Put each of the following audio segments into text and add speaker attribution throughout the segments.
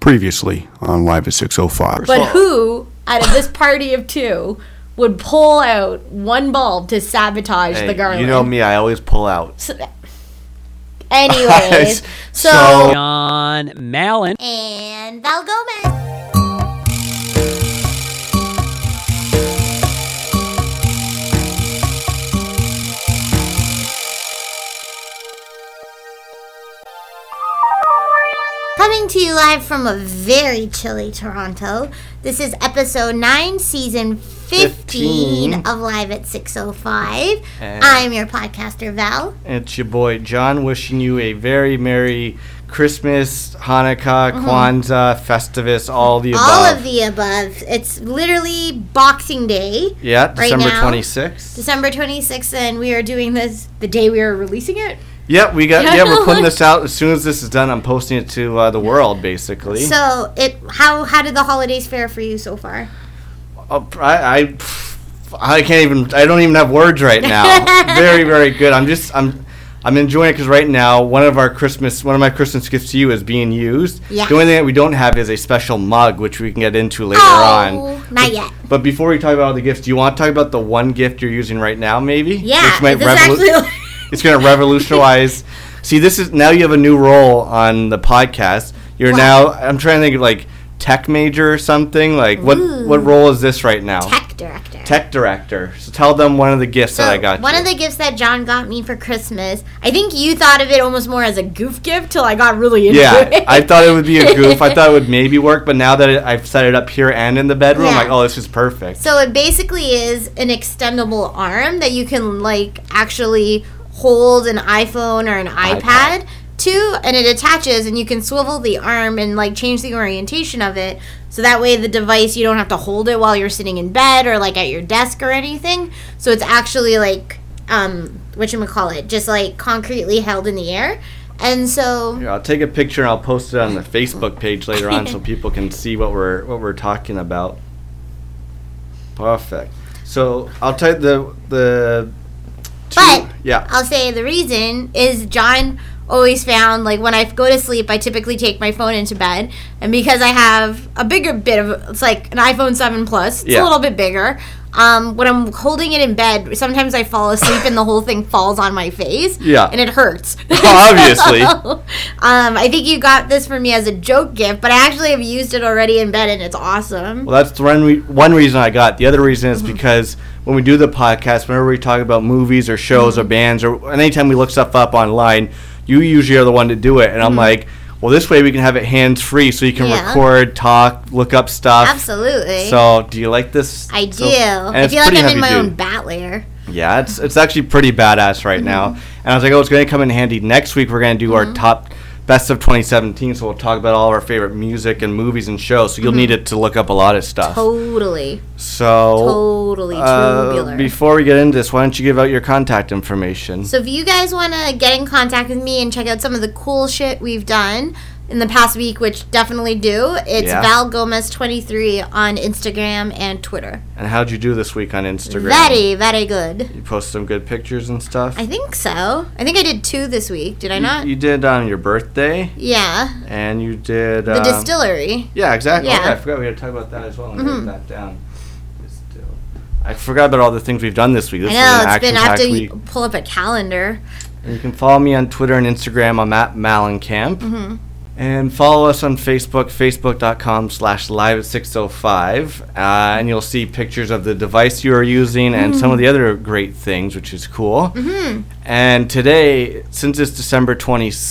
Speaker 1: previously on Live at 605.
Speaker 2: But who, out of this party of two, would pull out one bulb to sabotage
Speaker 3: Hey,
Speaker 2: the garland?
Speaker 3: you know me, I always pull out.
Speaker 2: So- anyways, so,
Speaker 3: So-
Speaker 4: John Mallon.
Speaker 2: and Val Gomez. Coming to you live from a very chilly Toronto. This is episode 9, season 15, of Live at 605.
Speaker 3: And-
Speaker 2: I'm your podcaster, Val.
Speaker 3: It's your boy John wishing you a very merry Christmas, Hanukkah, Kwanzaa, Festivus, all the above.
Speaker 2: Mm-hmm. All of the above. It's literally Boxing Day,
Speaker 3: Yeah, December
Speaker 2: now.
Speaker 3: 26th.
Speaker 2: December 26th, and we are doing this the day we are releasing it.
Speaker 3: Yep, we got.
Speaker 2: Yeah,
Speaker 3: Yeah, we're
Speaker 2: no,
Speaker 3: putting
Speaker 2: look.
Speaker 3: this out as soon as this is done. I'm posting it to uh, the world, basically.
Speaker 2: So, it how how did the holidays fare for you so far?
Speaker 3: Oh, I, I, I can't even. I don't even have words right now. very, very good. I'm just. I'm. I'm enjoying it because right now one of our Christmas, one of my Christmas gifts to you is being used.
Speaker 2: Yeah.
Speaker 3: The only thing that we don't have is a special mug, which we can get into later on.
Speaker 2: Oh, not yet.
Speaker 3: But before we talk about all the gifts, do you want to talk about the one gift you're using right now, maybe?
Speaker 2: Yeah,
Speaker 3: Which might
Speaker 2: this
Speaker 3: revolu-
Speaker 2: actually-
Speaker 3: it's going to revolutionize. See, this is now you have a new role on the podcast. You're now. I'm trying to think of like tech major or something. Like what what role is this right now?
Speaker 2: Tech director.
Speaker 3: Tech director. So tell them one of the gifts
Speaker 2: So,
Speaker 3: that I got.
Speaker 2: Oh, one
Speaker 3: you.
Speaker 2: of the gifts that John got me for Christmas, I think you thought of it almost more as a goof gift till I got really into
Speaker 3: yeah,
Speaker 2: it.
Speaker 3: I thought it would be a goof. I thought it would maybe work, but now that it, I've set it up here and in the bedroom, I'm
Speaker 2: Yeah.
Speaker 3: like, oh, this is perfect.
Speaker 2: So it basically is an extendable arm that you can like actually hold an iPhone or an iPad, to, and it attaches, and you can swivel the arm and like change the orientation of it. So that way, the device you don't have to hold it while you're sitting in bed or like at your desk or anything. So it's actually like um, what you call it, just like concretely held in the air. And so
Speaker 3: Here, I'll take a picture and I'll post it on the Facebook page later on so people can see what we're what we're talking about. Perfect. So I'll tell you the the. two-
Speaker 2: But-
Speaker 3: yeah,
Speaker 2: I'll say the reason is John always found like when I go to sleep, I typically take my phone into bed, and because I have a bigger bit of it's like an iPhone Seven Plus, it's
Speaker 3: Yeah.
Speaker 2: a little bit bigger. Um, when I'm holding it in bed, sometimes I fall asleep and the whole thing falls on my face.
Speaker 3: Yeah.
Speaker 2: and it hurts.
Speaker 3: Obviously.
Speaker 2: um, I think you got this for me as a joke gift, but I actually have used it already in bed, and it's awesome.
Speaker 3: Well, that's the one, re- one reason I got. The other reason is
Speaker 2: Mm-hmm.
Speaker 3: because when we do the podcast, whenever we talk about movies or shows
Speaker 2: Mm-hmm.
Speaker 3: or bands or anytime we look stuff up online, you usually are the one to do it. And I'm like, well, this way we can have it hands free so you can
Speaker 2: Mm-hmm. Yeah.
Speaker 3: record, talk, look up stuff.
Speaker 2: Absolutely.
Speaker 3: So, do you like this?
Speaker 2: I do.
Speaker 3: So- and
Speaker 2: I
Speaker 3: it's
Speaker 2: feel like
Speaker 3: pretty
Speaker 2: I'm in
Speaker 3: heavy
Speaker 2: my own mm-hmm.
Speaker 3: duty.
Speaker 2: bat lair.
Speaker 3: Yeah, it's it's actually pretty badass right now.
Speaker 2: Mm-hmm.
Speaker 3: And I was like, oh, it's going to come in handy. Next week, we're going to do our top best of 2017. So we'll talk about all of our favorite music and movies and shows. So
Speaker 2: Mm-hmm.
Speaker 3: you'll need it to look up a lot of stuff.
Speaker 2: Totally.
Speaker 3: so
Speaker 2: Totally
Speaker 3: uh,
Speaker 2: tubular.
Speaker 3: before we get into this, why don't you give out your contact information?
Speaker 2: so if you guys want to get in contact with me and check out some of the cool shit we've done in the past week, which definitely do, it's
Speaker 3: Yeah.
Speaker 2: Val Gomez23 on Instagram and Twitter.
Speaker 3: and how'd you do this week on Instagram?
Speaker 2: Very, very good.
Speaker 3: You posted some good pictures and stuff.
Speaker 2: I think so. I think I did two this week. Did I not?
Speaker 3: you, you did on your birthday,
Speaker 2: yeah.
Speaker 3: and you did
Speaker 2: The
Speaker 3: um,
Speaker 2: distillery.
Speaker 3: Yeah, exactly.
Speaker 2: Yeah. Mm-hmm.
Speaker 3: Okay, I forgot we had to talk about that as well and write that down. Just, uh, I forgot about all the things we've done this week.
Speaker 2: I
Speaker 3: This is an
Speaker 2: know. It's been, I have
Speaker 3: action-packed
Speaker 2: to
Speaker 3: week.
Speaker 2: pull up a calendar.
Speaker 3: And you can follow me on Twitter and Instagram. I'm at Malencamp.
Speaker 2: Mm-hmm.
Speaker 3: And follow us on Facebook, facebook.com slash live at 605. Uh, and you'll see pictures of the device you are using and some of the other great things, which is cool.
Speaker 2: Mm-hmm.
Speaker 3: And today, since it's December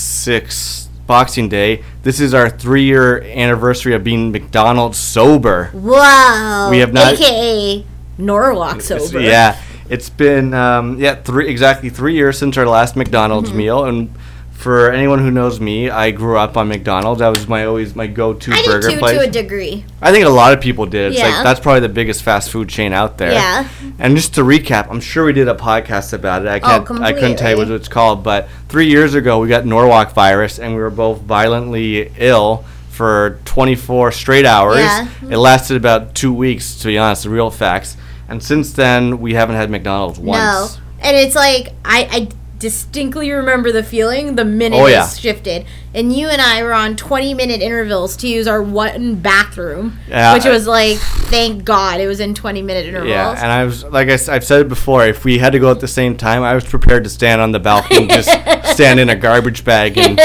Speaker 3: 26th, Boxing Day, this is our three year anniversary of being McDonald's sober.
Speaker 2: Whoa.
Speaker 3: We have not-
Speaker 2: AKA Norwalk
Speaker 3: It's-
Speaker 2: sober.
Speaker 3: Yeah, it's been um, yeah three exactly three years since our last McDonald's
Speaker 2: Mm-hmm.
Speaker 3: meal, and for anyone who knows me, I grew up on McDonald's. That was my always my go-to
Speaker 2: I did
Speaker 3: burger
Speaker 2: two
Speaker 3: place.
Speaker 2: to a degree.
Speaker 3: I think a lot of people did. It's
Speaker 2: Yeah.
Speaker 3: like that's probably the biggest fast food chain out there.
Speaker 2: Yeah.
Speaker 3: And just to recap, I'm sure we did a podcast about it. I can't. I couldn't tell you what
Speaker 2: completely.
Speaker 3: it's called, but three years ago we got Norwalk virus, and we were both violently ill for 24 straight hours.
Speaker 2: Yeah.
Speaker 3: It lasted about two weeks, to be honest. The real facts. And since then, we haven't had McDonald's once.
Speaker 2: No. And it's like I, I distinctly remember the feeling the minute
Speaker 3: Oh,
Speaker 2: it
Speaker 3: yeah.
Speaker 2: shifted. And you and I were on 20 minute intervals to use our one bathroom,
Speaker 3: Yeah,
Speaker 2: which
Speaker 3: I-
Speaker 2: was like, thank God it was in 20 minute intervals.
Speaker 3: Yeah, and I was like I, have said it before. If we had to go at the same time, I was prepared to stand on the balcony, and just stand in a garbage bag, and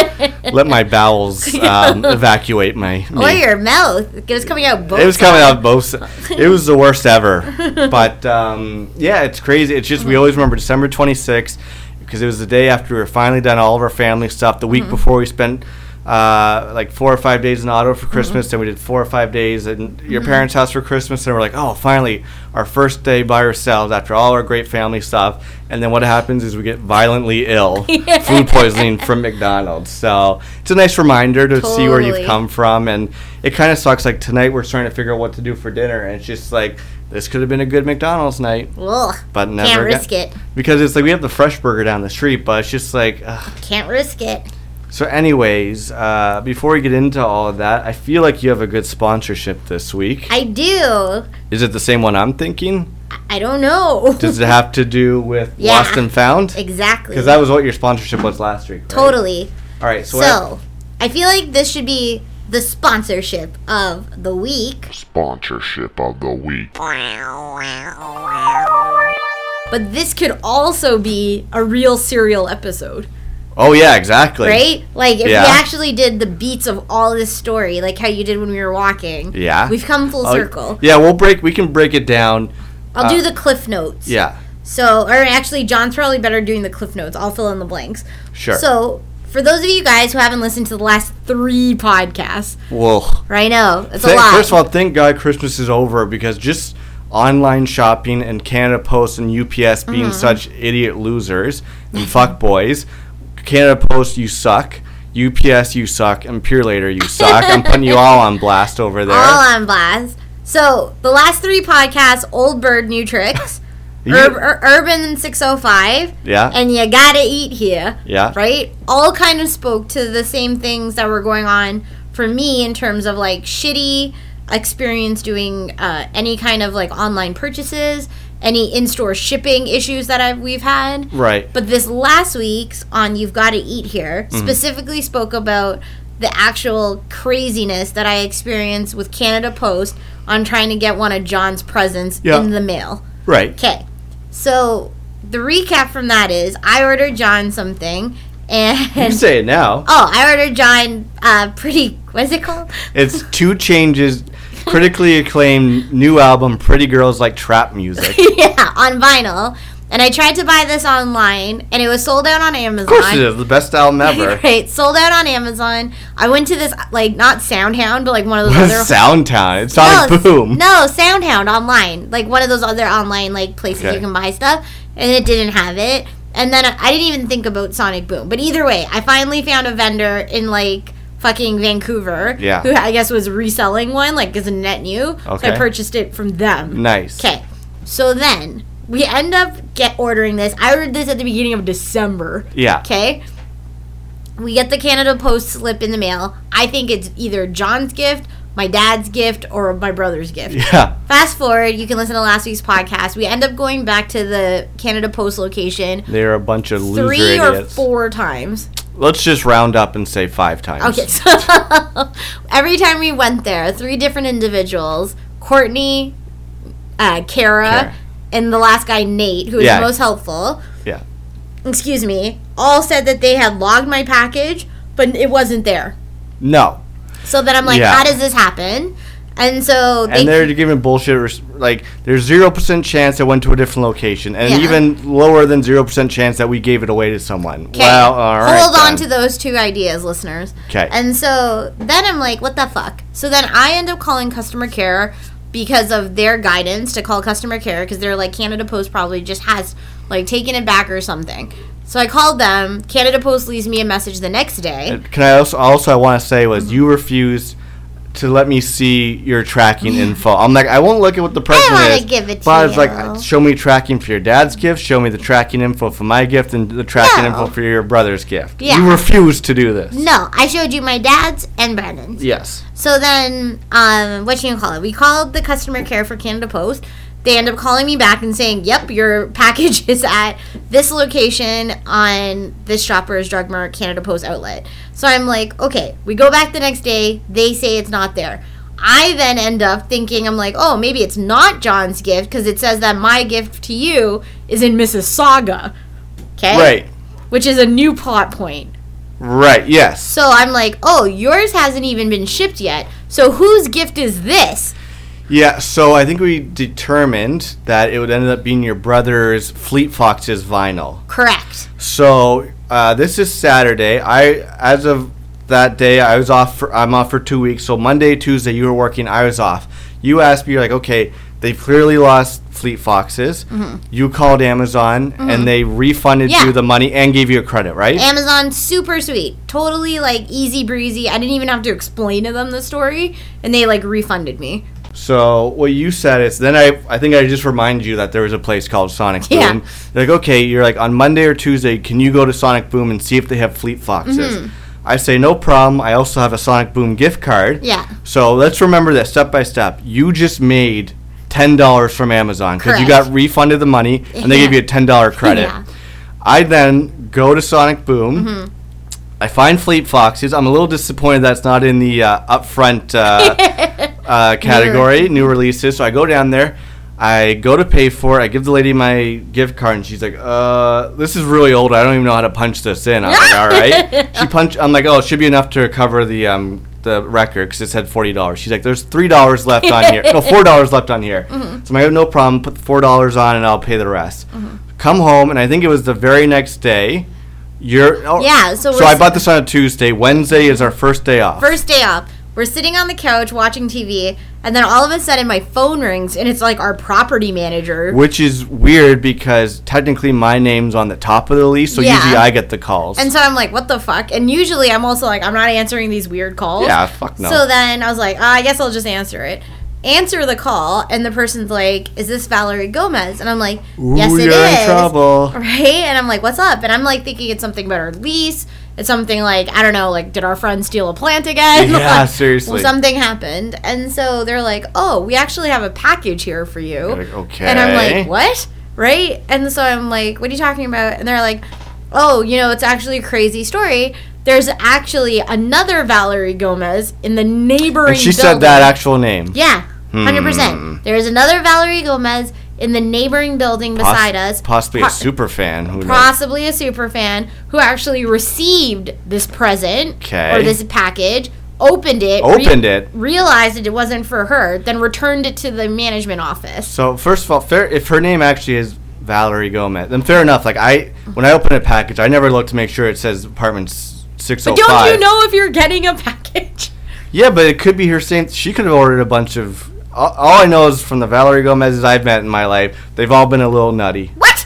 Speaker 3: let my bowels um, evacuate my.
Speaker 2: or
Speaker 3: me.
Speaker 2: your mouth. It was coming out both
Speaker 3: It was coming out both. s- It was the worst ever. But um, yeah, it's crazy. It's just we always remember December 26th because it was the day after we were finally done all of our family stuff. The week before we spent uh, like four or five days in Ottawa for Christmas, then we did four or five days in your parents' house for Christmas, and we're like, oh, finally, our first day by ourselves after all our great family stuff. And then what happens is we get violently ill, food poisoning from McDonald's. So it's a nice reminder to see where you've
Speaker 2: Totally.
Speaker 3: come from and it kind of sucks like tonight we're trying to figure out what to do for dinner and it's just like this could have been a good mcdonald's night
Speaker 2: Ugh,
Speaker 3: but never
Speaker 2: can't
Speaker 3: again.
Speaker 2: risk it.
Speaker 3: because it's like we have the fresh burger down the street but it's just like ugh.
Speaker 2: Can't risk it.
Speaker 3: so anyways uh, before we get into all of that i feel like you have a good sponsorship this week
Speaker 2: I do.
Speaker 3: is it the same one i'm thinking
Speaker 2: I don't know.
Speaker 3: does it have to do with
Speaker 2: Yeah.
Speaker 3: lost and found
Speaker 2: exactly.
Speaker 3: because that was what your sponsorship was last week right?
Speaker 2: totally.
Speaker 3: all right so,
Speaker 2: So, I feel like this should be the sponsorship of the week.
Speaker 4: sponsorship of the week.
Speaker 2: But this could also be a real serial episode,
Speaker 3: oh yeah exactly
Speaker 2: right? Like if
Speaker 3: Yeah.
Speaker 2: we actually did the beats of all this story, like how you did when we were walking.
Speaker 3: Yeah.
Speaker 2: We've come full
Speaker 3: Oh,
Speaker 2: circle.
Speaker 3: yeah we'll break we can break it down
Speaker 2: I'll do the cliff notes.
Speaker 3: uh, yeah
Speaker 2: So, or actually, John's probably better doing the cliff notes. I'll fill in the blanks.
Speaker 3: Sure.
Speaker 2: So, for those of you guys who haven't listened to the last three podcasts,
Speaker 3: well
Speaker 2: right now it's a
Speaker 3: Thank-
Speaker 2: lot.
Speaker 3: First of all, thank God Christmas is over because just online shopping and Canada Post and UPS
Speaker 2: Mm-hmm.
Speaker 3: being such idiot losers and fuckboys. Canada Post, you suck. UPS, you suck. And Pure Later, you suck. I'm putting you all on blast over there.
Speaker 2: all on blast. So the last three podcasts: Old Bird, New Tricks,
Speaker 3: You-
Speaker 2: Ur- Ur- Urban Six Hundred Five,
Speaker 3: yeah.
Speaker 2: and You Gotta Eat Here.
Speaker 3: Yeah.
Speaker 2: Right. All kind of spoke to the same things that were going on for me in terms of like shitty experience doing uh, any kind of like online purchases, any in-store shipping issues that I've we've had.
Speaker 3: right.
Speaker 2: But this last week's on You've Got to Eat Here specifically spoke about the actual craziness that I experienced with Canada Post on trying to get one of John's presents
Speaker 3: Yeah.
Speaker 2: in the mail.
Speaker 3: right.
Speaker 2: Okay. So the recap from that is I ordered John something
Speaker 3: You
Speaker 2: and
Speaker 3: say it now.
Speaker 2: oh, I ordered John uh pretty what's it called?
Speaker 3: It's two changes, critically acclaimed new album, Pretty Girls Like Trap Music. Of
Speaker 2: yeah, on vinyl. And I tried to buy this online and it was sold out on Amazon.
Speaker 3: course it is. The best album ever.
Speaker 2: Right, sold out on Amazon. I went to this like not Soundhound, but like one of those other
Speaker 3: Soundtown. It's Sonic
Speaker 2: no,
Speaker 3: Boom.
Speaker 2: No, Soundhound online, like one of those other online like places
Speaker 3: Okay.
Speaker 2: you can buy stuff, and it didn't have it. And then I, I didn't even think about Sonic Boom, but either way, I finally found a vendor in like fucking Vancouver,
Speaker 3: Yeah.
Speaker 2: who I guess was reselling one, like as a net new. So
Speaker 3: Okay. Mm.
Speaker 2: I purchased it from them.
Speaker 3: Nice.
Speaker 2: Okay, so then we end up get ordering this. I ordered this at the beginning of December.
Speaker 3: Yeah.
Speaker 2: Okay. We get the Canada Post slip in the mail. I think it's either John's gift, my dad's gift, or my brother's gift.
Speaker 3: Yeah.
Speaker 2: Fast forward, you can listen to last week's podcast. We end up going back to the Canada Post location
Speaker 3: They're a bunch of loser
Speaker 2: three or
Speaker 3: idiots.
Speaker 2: four times.
Speaker 3: Let's just round up and say five times.
Speaker 2: Okay, so every time we went there, three different individuals Courtney, uh, Kara,
Speaker 3: Kara.
Speaker 2: and the last guy, Nate, who was
Speaker 3: Yeah.
Speaker 2: the most helpful.
Speaker 3: Yeah.
Speaker 2: excuse me, all said that they had logged my package, but it wasn't there.
Speaker 3: No.
Speaker 2: So then I'm like,
Speaker 3: Yeah.
Speaker 2: how does this happen? And so they
Speaker 3: And they're giving bullshit. res- Like, there's 0% chance it went to a different location, and
Speaker 2: Yeah.
Speaker 3: even lower than 0% chance that we gave it away to someone.
Speaker 2: Okay,
Speaker 3: Well, all right.
Speaker 2: hold on
Speaker 3: then.
Speaker 2: to those two ideas, listeners.
Speaker 3: 'Kay.
Speaker 2: And so then I'm like, what the fuck? So then I end up calling customer care because of their guidance to call customer care because they're like Canada Post probably just has like taken it back or something. So I called them. Canada Post leaves me a message the next day.
Speaker 3: Can I also, also I want to say was you refused to let me see your tracking info. I'm like, I won't look at what the person
Speaker 2: wanna
Speaker 3: is.
Speaker 2: give it to
Speaker 3: but I was
Speaker 2: you.
Speaker 3: like, show me tracking for your dad's gift, show me the tracking info for my gift, and the tracking
Speaker 2: No.
Speaker 3: info for your brother's gift.
Speaker 2: Yeah.
Speaker 3: You refused to do this.
Speaker 2: no, I showed you my dad's and Brandon's.
Speaker 3: Yes.
Speaker 2: So then, um, what you gonna call it? We called the customer care for Canada Post. They end up calling me back and saying, "Yep, your package is at this location on this shopper's drug mart Canada Post outlet." So I'm like, "Okay." We go back the next day. They say it's not there. I then end up thinking I'm like, "Oh, maybe it's not John's gift because it says that my gift to you is in Mississauga." Okay?
Speaker 3: Right.
Speaker 2: Which is a new plot point.
Speaker 3: Right. Yes.
Speaker 2: So I'm like, oh, yours hasn't even been shipped yet. So whose gift is this?
Speaker 3: Yeah, so I think we determined that it would end up being your brother's Fleet Foxes vinyl.
Speaker 2: Correct.
Speaker 3: So uh, this is Saturday. I as of that day, I was off. For, I'm off for two weeks. So Monday, Tuesday, you were working. I was off. You asked me, you're like, okay, they've clearly lost Fleet Foxes. You called Amazon, and they refunded
Speaker 2: Yeah.
Speaker 3: you the money and gave you a credit, right?
Speaker 2: Amazon, super sweet. Totally like easy breezy. I didn't even have to explain to them the story. And they like refunded me.
Speaker 3: So what you said is then I I think I just reminded you that there was a place called Sonic
Speaker 2: Yeah.
Speaker 3: Boom. They're like, okay, you're like on Monday or Tuesday, can you go to Sonic Boom and see if they have Fleet Foxes? I say no problem. I also have a Sonic Boom gift card.
Speaker 2: Mm-hmm. Yeah.
Speaker 3: So let's remember that step by step. You just made ten dollars from Amazon because you got
Speaker 2: Correct.
Speaker 3: refunded the money and they gave you a ten dollar credit.
Speaker 2: Yeah. Mm-hmm.
Speaker 3: I then go to Sonic Boom. I find Fleet Foxes. I'm a little disappointed that's not in the uh, upfront uh, uh, category, new, releases. So I go down there. I go to pay for it. I give the lady my gift card, and she's like, "Uh, this is really old. I don't even know how to punch this in." I'm like, "All right." She punch. I'm like, "Oh, it should be enough to cover the um the record because it said forty dollars." She's like, "There's three dollars left on here. No, four dollars left on here."
Speaker 2: Mm-hmm.
Speaker 3: So I'm like, "No problem. Put the four dollars on, and I'll pay the rest."
Speaker 2: Mm-hmm.
Speaker 3: Come home, and I think it was the very next day. You're oh,
Speaker 2: Yeah, so
Speaker 3: so
Speaker 2: we're
Speaker 3: I
Speaker 2: s-
Speaker 3: bought this on a Tuesday. Wednesday is our first day off.
Speaker 2: First day up, we're sitting on the couch watching TV. And then all of a sudden my phone rings and it's like our property manager.
Speaker 3: Which is weird because technically my name's on the top of the list, so
Speaker 2: Yeah.
Speaker 3: usually I get the calls.
Speaker 2: And so I'm like, what the fuck? And usually I'm also like, I'm not answering these weird calls.
Speaker 3: Yeah, fuck no.
Speaker 2: So then I was like, ah, I guess I'll just answer it. Answer the call, and the person's like, is this Valerie Gomez? And I'm like, yes,
Speaker 3: Ooh,
Speaker 2: it
Speaker 3: you're
Speaker 2: is.
Speaker 3: in trouble.
Speaker 2: Right? And I'm like, what's up? And I'm like thinking it's something about our lease. It's something like, I don't know, like, did our friend steal a plant again?
Speaker 3: Yeah,
Speaker 2: Like,
Speaker 3: seriously.
Speaker 2: Something happened. And so they're like, oh, we actually have a package here for you.
Speaker 3: Like, okay.
Speaker 2: And I'm like, what? Right? And so I'm like, what are you talking about? And they're like, oh, you know, it's actually a crazy story. There's actually another Valerie Gomez in the neighboring.
Speaker 3: And she
Speaker 2: building."
Speaker 3: said that Hmm. actual name.
Speaker 2: Yeah, hundred percent. There is another Valerie Gomez in the neighboring building
Speaker 3: Poss-
Speaker 2: beside us.
Speaker 3: Possibly a
Speaker 2: Po-
Speaker 3: super fan. Who knows?
Speaker 2: possibly a super fan who actually received this present
Speaker 3: Okay.
Speaker 2: or this package, opened it,
Speaker 3: Opened it.
Speaker 2: realized that it wasn't for her, then returned it to the management office.
Speaker 3: So first of all, fair, if her name actually is Valerie Gomez, then fair enough. Like I, when I open a package, I never look to make sure it says apartment six oh
Speaker 2: But
Speaker 3: five.
Speaker 2: don't you know if you're getting a package?
Speaker 3: Yeah, but it could be her saying she could have ordered a bunch of. All, all I know is from the Valerie Gomez's I've met in my life, they've all been a little nutty.
Speaker 2: What?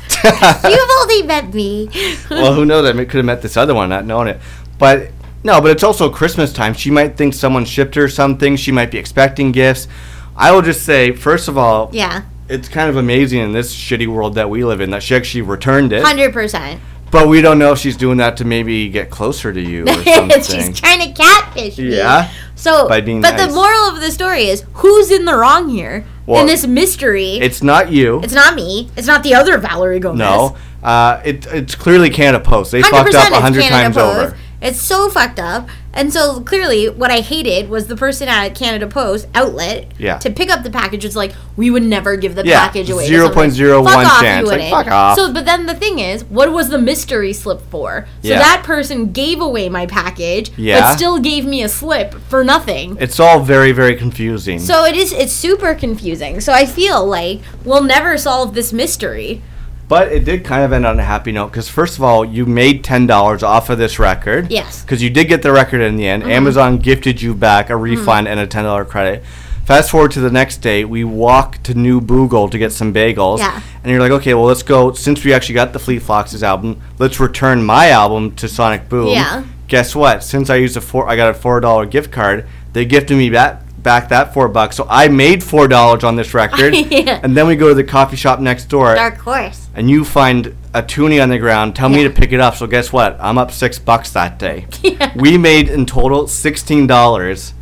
Speaker 2: You've only met me.
Speaker 3: well, who knows? I could have met this other one, not knowing it. But no, but it's also Christmas time. She might think someone shipped her something. She might be expecting gifts. I will just say, first of all,
Speaker 2: yeah,
Speaker 3: it's kind of amazing in this shitty world that we live in that she actually returned it.
Speaker 2: hundred percent.
Speaker 3: But we don't know if she's doing that to maybe get closer to you or something.
Speaker 2: She's trying to catfish me.
Speaker 3: yeah.
Speaker 2: So,
Speaker 3: By being
Speaker 2: but
Speaker 3: nice.
Speaker 2: the moral of the story is who's in the wrong here
Speaker 3: Well,
Speaker 2: in this mystery? It's,
Speaker 3: It's not you.
Speaker 2: not me. It's not the other Valerie Gomez.
Speaker 3: no. Uh, it, it's clearly Canada Post. They
Speaker 2: hundred percent.
Speaker 3: fucked up a
Speaker 2: It's
Speaker 3: hundred
Speaker 2: Canada
Speaker 3: times
Speaker 2: Post.
Speaker 3: over.
Speaker 2: It's so fucked up. And so clearly, what I hated was the person at Canada Post outlet
Speaker 3: Yeah.
Speaker 2: to pick up the package was like, "We would never give the
Speaker 3: Yeah,
Speaker 2: package away." to
Speaker 3: 0.01
Speaker 2: someone." Fuck off,
Speaker 3: chance.
Speaker 2: You
Speaker 3: Like,
Speaker 2: wouldn't.
Speaker 3: fuck off.
Speaker 2: So, but then the thing is, what was the mystery slip for? So
Speaker 3: Yeah.
Speaker 2: that person gave away my package,
Speaker 3: Yeah.
Speaker 2: but still gave me a slip for nothing.
Speaker 3: It's all very, very confusing.
Speaker 2: so it is. It's super confusing. So I feel like we'll never solve this mystery.
Speaker 3: But it did kind of end on a happy note because, first of all, you made ten dollars off of this record.
Speaker 2: Yes. Mm-hmm.
Speaker 3: Because you did get the record in the end. Amazon gifted you back a refund and a ten dollar credit. Fast forward to the next day, we walk to New Boogle to get some bagels.
Speaker 2: Yeah.
Speaker 3: And you're like, okay, well, let's go. Since we actually got the Fleet Foxes album, let's return my album to Sonic Boom.
Speaker 2: Yeah.
Speaker 3: Guess what? Since I used a four, I got a four dollar gift card. They gifted me back back that four bucks, so I made four dollars on this record.
Speaker 2: Yeah.
Speaker 3: And then we go to the coffee shop next door
Speaker 2: Dark horse.
Speaker 3: and you find a toonie on the ground, tell me to pick it up. So guess what? I'm up six bucks that day. We made in total sixteen dollars.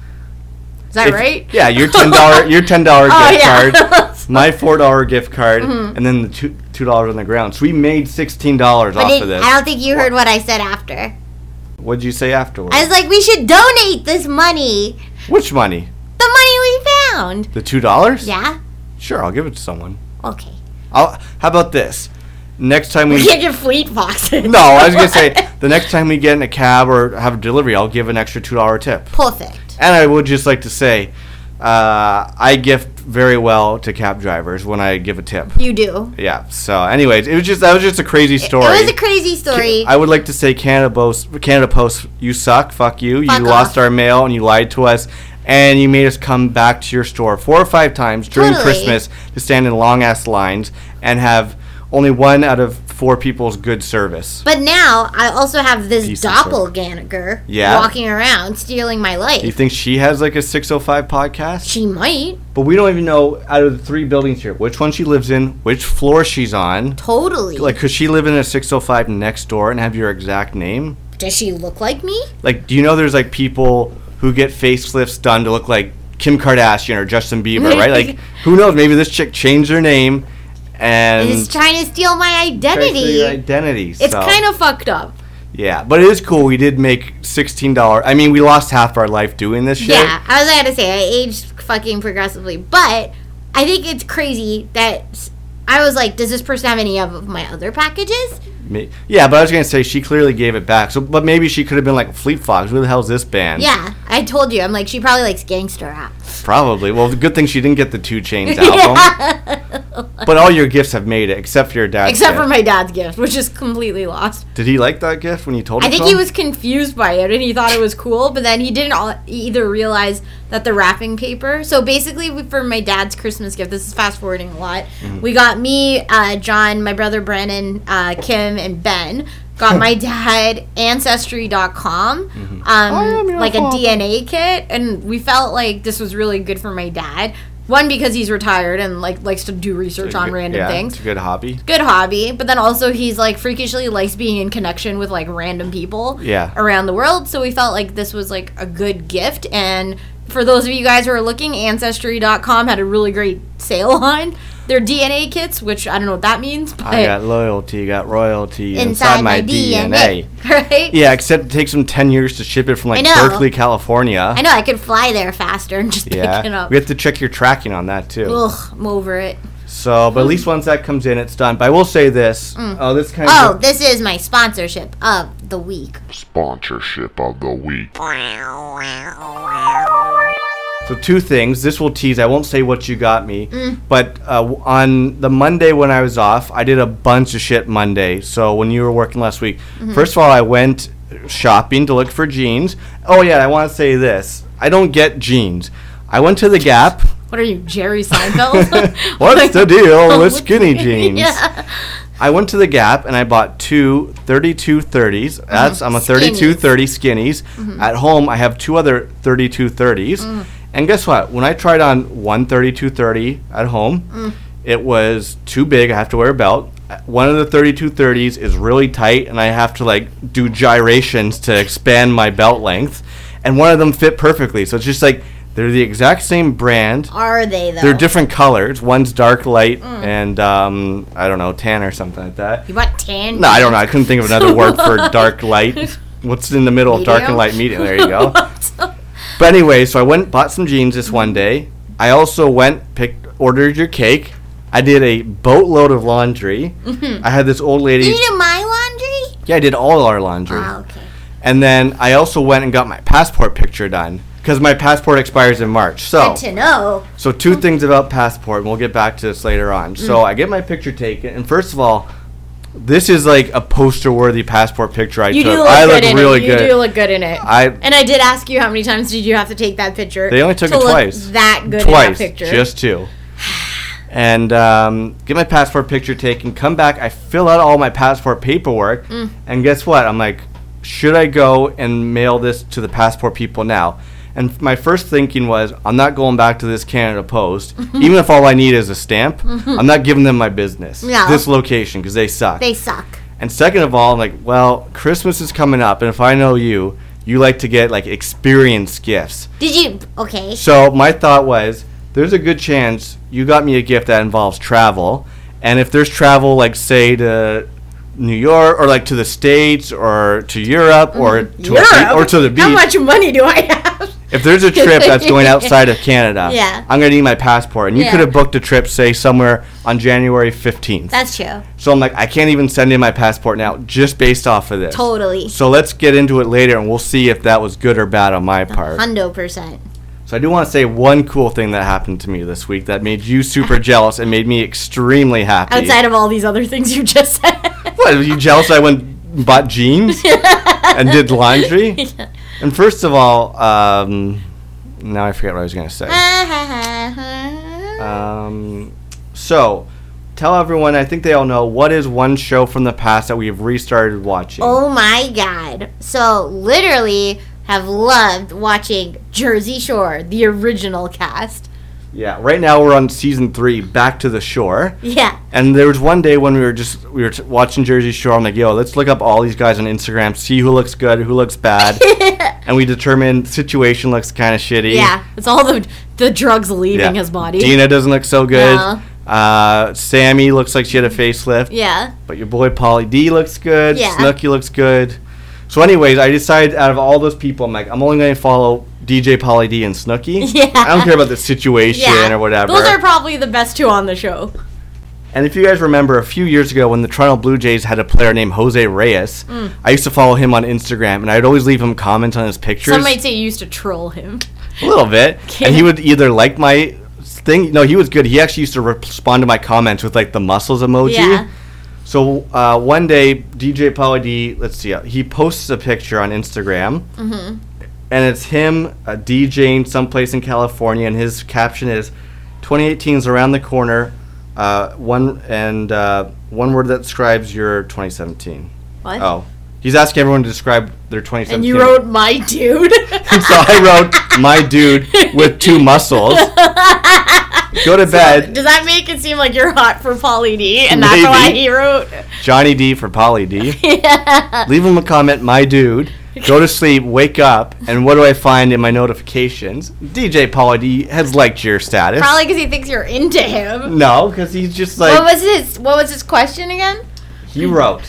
Speaker 2: Is that right?
Speaker 3: Yeah, your ten dollar your ten dollar
Speaker 2: Oh,
Speaker 3: gift
Speaker 2: yeah. Mm-hmm.
Speaker 3: card. my four dollar gift card, and then the two two dollars on the ground. So we made sixteen dollars
Speaker 2: But
Speaker 3: off
Speaker 2: it,
Speaker 3: of this.
Speaker 2: I don't think you heard what I said after.
Speaker 3: What'd you say afterwards?
Speaker 2: I was like, we should donate this money,
Speaker 3: Which money?
Speaker 2: the money we found.
Speaker 3: The two dollars?
Speaker 2: Yeah.
Speaker 3: Sure, I'll give it to someone.
Speaker 2: Okay.
Speaker 3: I'll, how about this? Next time we
Speaker 2: We can't get fleet foxes.
Speaker 3: no, I was gonna say the next time we get in a cab or have a delivery, I'll give an extra two dollar tip.
Speaker 2: Perfect.
Speaker 3: And I would just like to say, uh, I gift very well to cab drivers when I give a tip.
Speaker 2: You do.
Speaker 3: Yeah. So, anyways, it was just that was just a crazy story.
Speaker 2: It was a crazy story.
Speaker 3: I would like to say Canada Post, Canada Post, you suck, fuck you,
Speaker 2: Fuck
Speaker 3: you
Speaker 2: off.
Speaker 3: lost our mail and you lied to us, and you made us come back to your store four or five times during
Speaker 2: Totally.
Speaker 3: Christmas to stand in long ass lines and have only one out of four people's good service.
Speaker 2: but now I also have this
Speaker 3: Decent story.
Speaker 2: doppelganger
Speaker 3: Yeah.
Speaker 2: walking around stealing my life.
Speaker 3: Do you think she has like a 605 podcast?
Speaker 2: she might.
Speaker 3: But we don't even know out of the three buildings here which one she lives in, which floor she's on.
Speaker 2: Totally.
Speaker 3: Like, could she live in a 605 next door and have your exact name?
Speaker 2: Does she look like me?
Speaker 3: Like, do you know there's like people who get facelifts done to look like Kim Kardashian or Justin Bieber, right? Like, who knows? Maybe this chick changed her name and
Speaker 2: Is trying to steal my
Speaker 3: traced
Speaker 2: identity.
Speaker 3: her identity.
Speaker 2: It's kind of fucked up.
Speaker 3: yeah, but it is cool. We did make sixteen dollars. I mean, we lost half our life doing this shit.
Speaker 2: Yeah, I was gonna say I aged fucking progressively, but I think it's crazy that s- I was like, does this person have any of my other packages?
Speaker 3: Ma- Yeah, but I was gonna say she clearly gave it back. So, but maybe she could have been like Fleet Fox. Who the hell's this band?
Speaker 2: Yeah, I told you. I'm like, she probably likes gangster rap.
Speaker 3: Probably. Well, the good thing she didn't get the Two Chains album. But all your gifts have made it, except for your dad.
Speaker 2: Except for my dad's gift, which is completely lost.
Speaker 3: Did he like that gift when you told
Speaker 2: I
Speaker 3: him?
Speaker 2: think
Speaker 3: so?
Speaker 2: he was confused by it and he thought it was cool, but then he didn't all, either realize that the wrapping paper. So basically, we- for my dad's Christmas gift, this is fast forwarding a lot. We got me, uh, John, my brother Brandon, uh, Kim, and Ben. Got my dad ancestry.com, um, like a DNA kit, and we felt like this was really good for my dad. One because he's retired and like likes to do research on
Speaker 3: Good-
Speaker 2: random
Speaker 3: yeah,
Speaker 2: things
Speaker 3: It's a good hobby.
Speaker 2: good hobby, but then also he's like freakishly likes being in connection with like random people
Speaker 3: Yeah.
Speaker 2: around the world. So we felt like this was like a good gift. And for those of you guys who are looking, Ancestry.com had a really great sale on their DNA kits, which I don't know what that means, but
Speaker 3: I got loyalty, got royalty inside, my DNA.
Speaker 2: Right?
Speaker 3: Yeah, except it takes them 10 years to ship it from like
Speaker 2: I know.
Speaker 3: Berkeley, California.
Speaker 2: I know I could fly there faster and just pick it
Speaker 3: Yeah.
Speaker 2: up.
Speaker 3: We have to check your tracking on that too.
Speaker 2: Ugh, I'm over it.
Speaker 3: So, but at least once that comes in, it's done. But I will say this. Oh, this kind
Speaker 2: Oh,
Speaker 3: of.
Speaker 2: this is my sponsorship of the week.
Speaker 4: Sponsorship of the week.
Speaker 3: So two things. This will tease. I won't say what you got me, but uh, w- on the Monday when I was off, I did a bunch of shit Monday. So when you were working last week, first of all, I went shopping to look for jeans. Oh yeah, I want to say this. I don't get jeans. I went to the Gap.
Speaker 2: What are you, Jerry Seinfeld?
Speaker 3: What's the deal with skinny jeans?
Speaker 2: yeah.
Speaker 3: I went to the Gap and I bought two 3230s. That's I'm a 3230 skinnies. At home I have two other 3230s. And guess what? When I tried on one 3230 at home, it was too big. I have to wear a belt. Uh, One of the 3230s is really tight and I have to like do gyrations to expand my belt length. And one of them fit perfectly. So it's just like they're the exact same brand.
Speaker 2: Are they though? Mm.
Speaker 3: They're different colors. One's dark, light, and um, I don't know, tan or something like that.
Speaker 2: You want tan?
Speaker 3: No, I don't know. I couldn't think of another word for dark, light. What's in the middle of dark
Speaker 2: Medium?
Speaker 3: and light medium? There you go. but anyway, so I went and bought some jeans this
Speaker 2: Mm-hmm.
Speaker 3: one day. I also went picked ordered your cake. I did a boatload of laundry.
Speaker 2: Mm-hmm.
Speaker 3: I had this old lady.
Speaker 2: You do my laundry?
Speaker 3: Yeah, I did all our laundry.
Speaker 2: Oh, okay.
Speaker 3: And then I also went and got my passport picture done because my passport expires in March. So
Speaker 2: Good to know.
Speaker 3: so two things about passport, and we'll get back to this later on.
Speaker 2: Mm.
Speaker 3: So I get my picture taken, and first of all, this is like a poster-worthy passport picture I
Speaker 2: You
Speaker 3: took.
Speaker 2: do look
Speaker 3: I
Speaker 2: good
Speaker 3: look
Speaker 2: in
Speaker 3: really
Speaker 2: it.
Speaker 3: good.
Speaker 2: You do look good in it.
Speaker 3: I
Speaker 2: and I did ask you how many times did you have to take that picture?
Speaker 3: They only took
Speaker 2: to
Speaker 3: it
Speaker 2: look
Speaker 3: twice.
Speaker 2: That good in that
Speaker 3: twice,
Speaker 2: picture.
Speaker 3: just two. And um, get my passport picture taken. Come back. I fill out all my passport paperwork,
Speaker 2: Mm.
Speaker 3: and guess what? I'm like, should I go and mail this to the passport people now? And f- my first thinking was, I'm not going back to this Canada Post,
Speaker 2: Mm-hmm.
Speaker 3: even if all I need is a stamp. I'm not giving them my business,
Speaker 2: No.
Speaker 3: this location, because they suck.
Speaker 2: Mm-hmm. they suck.
Speaker 3: And second of all, I'm like, well, Christmas is coming up, and if I know you, you like to get like experience gifts.
Speaker 2: Did you? Okay.
Speaker 3: So my thought was, there's a good chance you got me a gift that involves travel. And if there's travel, like say to New York or like to the States or to Europe or to a be-
Speaker 2: Mm-hmm. Europe?
Speaker 3: or to the beach,
Speaker 2: How much money do I have?
Speaker 3: if there's a trip that's going outside of Canada,
Speaker 2: Yeah.
Speaker 3: I'm gonna need my passport. And you
Speaker 2: Yeah.
Speaker 3: could have booked a trip, say somewhere on January 15th.
Speaker 2: That's true.
Speaker 3: so I'm like, I can't even send in my passport now, just based off of this.
Speaker 2: Totally.
Speaker 3: So let's get into it later, and we'll see if that was good or bad on my part.
Speaker 2: Hundo percent.
Speaker 3: So I do want to say one cool thing that happened to me this week that made you super jealous and made me extremely happy.
Speaker 2: Outside of all these other things you just said.
Speaker 3: what? Are you jealous? I went and bought jeans and did laundry. And first of all, um, now I forget what I was gonna say.
Speaker 2: Ah.
Speaker 3: Um, so tell everyone. I think they all know what is one show from the past that we have restarted watching.
Speaker 2: oh my god. So literally have loved watching Jersey Shore, the original cast.
Speaker 3: Yeah. Right now we're on season three, Back to the Shore.
Speaker 2: Yeah.
Speaker 3: And there was one day when we were just we were t- watching Jersey Shore. I'm like, yo, let's look up all these guys on Instagram, see who looks good, who looks bad, and we determined situation looks kind of shitty.
Speaker 2: Yeah. It's all the the drugs leaving his body.
Speaker 3: Dina doesn't look so good.
Speaker 2: No.
Speaker 3: Uh, Sammy looks like she had a facelift.
Speaker 2: Yeah.
Speaker 3: But your boy Polly D looks good.
Speaker 2: Yeah.
Speaker 3: Snooki looks good. So, anyways, I decided out of all those people, I'm like, I'm only going to follow DJ Polly D and Snooki.
Speaker 2: Yeah.
Speaker 3: I don't care about the situation
Speaker 2: Yeah.
Speaker 3: or whatever.
Speaker 2: Those are probably the best two on the show.
Speaker 3: And if you guys remember, a few years ago when the Toronto Blue Jays had a player named Jose Reyes, I used to follow him on Instagram, and I'd always leave him comments on his pictures.
Speaker 2: Some might say you used to troll him.
Speaker 3: a little bit, and he would either like my thing. No, he was good. He actually used to respond to my comments with like the muscles emoji.
Speaker 2: Yeah.
Speaker 3: So uh, one day, DJ Pauly D, let's see, uh, he posts a picture on Instagram,
Speaker 2: Mm-hmm.
Speaker 3: and it's him uh, DJing someplace in California, and his caption is, "2018's around the corner." Uh, one and uh, one word that describes your 2017.
Speaker 2: What?
Speaker 3: Oh, he's asking everyone to describe their 2017.
Speaker 2: And you wrote my dude.
Speaker 3: so I wrote my dude with two muscles. Go to bed,
Speaker 2: Does that make it seem like you're hot for Polly D? And that's why
Speaker 3: Maybe.
Speaker 2: he wrote.
Speaker 3: Johnny D for Polly D. Leave him a comment, my dude. Go to sleep, wake up, and what do I find in my notifications? DJ Polly D has liked your status.
Speaker 2: Probably because he thinks you're into him.
Speaker 3: no, because he's just
Speaker 2: What
Speaker 3: like
Speaker 2: was his What was his question again?
Speaker 3: he wrote.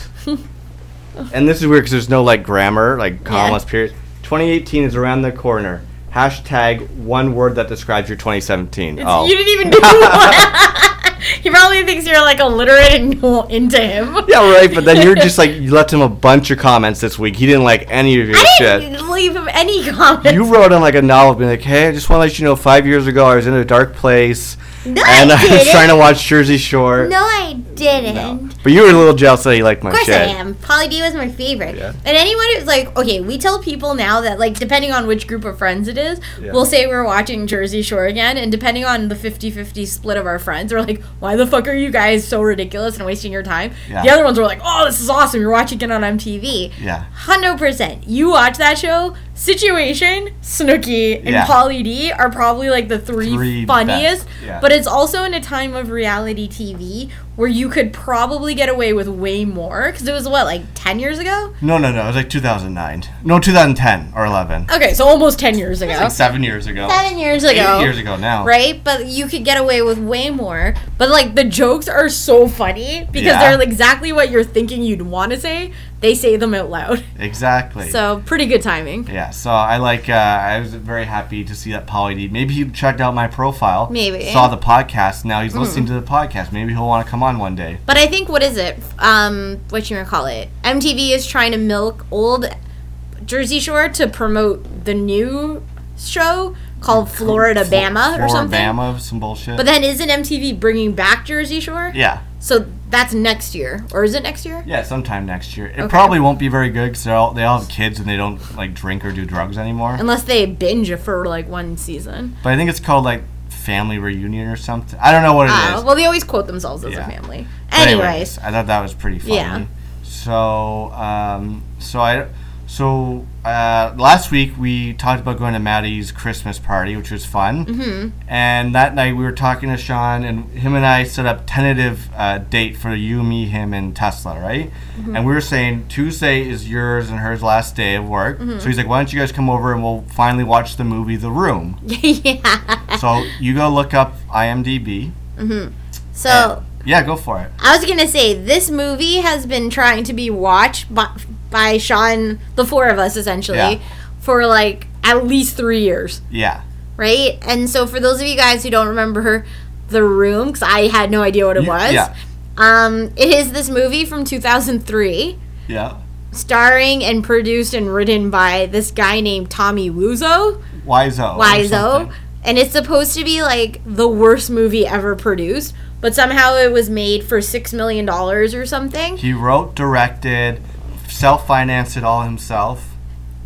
Speaker 3: and this is weird because there's no like grammar, like commas, period. 2018 is around the corner. Hashtag one word that describes your 2017. oh,
Speaker 2: You didn't even do one. he probably thinks you're like illiterate and no- into him.
Speaker 3: Yeah, right. But then you're just like you left him a bunch of comments this week. He didn't like any of your
Speaker 2: I
Speaker 3: shit.
Speaker 2: didn't leave him any comments.
Speaker 3: You wrote him like a novel, being like, "Hey, I just want to let you know, five years ago, I was in a dark place,
Speaker 2: no,
Speaker 3: and
Speaker 2: I
Speaker 3: I was
Speaker 2: didn't.
Speaker 3: trying to watch Jersey Shore."
Speaker 2: no, I didn't.
Speaker 3: But you were a little jealous that he liked my
Speaker 2: Of course
Speaker 3: shit.
Speaker 2: I am. Polly D was my favorite.
Speaker 3: Yeah.
Speaker 2: And anyone who's like, okay, we tell people now that like depending on which group of friends it is,
Speaker 3: Yeah.
Speaker 2: we'll say we're watching Jersey Shore again and depending on the 50-50 split of our friends, we're like, why the fuck are you guys so ridiculous and wasting your time?
Speaker 3: Yeah.
Speaker 2: The other ones were like, oh, this is awesome. You're watching it on MTV.
Speaker 3: Yeah.
Speaker 2: 100%. You watch that show, Situation, Snooki, and
Speaker 3: Yeah.
Speaker 2: Polly D are probably like the three,
Speaker 3: Three
Speaker 2: funniest,
Speaker 3: best, yeah.
Speaker 2: but it's also in a time of reality TV where you could probably get away with way more because it was what like 10 years ago?
Speaker 3: No, no, no. It was like 2009. No, 2010 or 11.
Speaker 2: Okay, so almost 10 years ago.
Speaker 3: seven years ago.
Speaker 2: 7 years ago.
Speaker 3: ago now.
Speaker 2: Right? But you could get away with way more. But like the jokes are so funny because
Speaker 3: Yeah.
Speaker 2: they're exactly what you're thinking you'd want to say. They say them out loud.
Speaker 3: Exactly.
Speaker 2: So, pretty good timing.
Speaker 3: Yeah, so I like. Uh, I was very happy to see that Polly D. Maybe he checked out my profile.
Speaker 2: Maybe. Hmm.
Speaker 3: saw the podcast. Now he's listening to the podcast. Maybe he'll want to come on one day.
Speaker 2: But I think what is it? Um, what you gonna call it? MTV is trying to milk old Jersey Shore to promote the new show called Florida Bama or something.
Speaker 3: Alabama, some bullshit.
Speaker 2: But then isn't MTV bringing back Jersey Shore?
Speaker 3: yeah,
Speaker 2: So that's next year, or is it next year?
Speaker 3: yeah, sometime next year. It probably won't be very good because all, they all have kids and they don't like drink or do drugs anymore.
Speaker 2: Unless they binge it for like one season.
Speaker 3: But I think it's called like family reunion or something. I don't know what it
Speaker 2: Uh,
Speaker 3: is.
Speaker 2: well, they always quote themselves as
Speaker 3: Yeah.
Speaker 2: a family.
Speaker 3: But
Speaker 2: Anyways,
Speaker 3: I thought that was pretty funny.
Speaker 2: Yeah.
Speaker 3: So, um, so I, so uh, last week we talked about going to Maddie's Christmas party, which was fun. Mm-hmm. And that night we were talking to Sean, and him and I set up tentative uh, date for you, me, him, and Tesla, right? And we were saying Tuesday is yours and hers last day of work. So he's like, "Why don't you guys come over and we'll finally watch the movie The Room?"
Speaker 2: yeah.
Speaker 3: so you go look up IMDb.
Speaker 2: So.
Speaker 3: Yeah, go for it.
Speaker 2: I was gonna say this movie has been trying to be watched by, by Sean, the four of us essentially,
Speaker 3: Yeah.
Speaker 2: for like at least three years,
Speaker 3: Yeah.
Speaker 2: right? And so for those of you guys who don't remember the room, because I had no idea what it
Speaker 3: You-
Speaker 2: was,
Speaker 3: Yeah.
Speaker 2: um, it is this movie from 2003,
Speaker 3: Yeah.
Speaker 2: starring and produced and written by this guy named Tommy Wiseau.
Speaker 3: Wiseau. Oh, or
Speaker 2: Wiseau,
Speaker 3: something.
Speaker 2: and it's supposed to be like the worst movie ever produced. But somehow it was made for six million dollars or something.
Speaker 3: He wrote, directed, self-financed it all himself.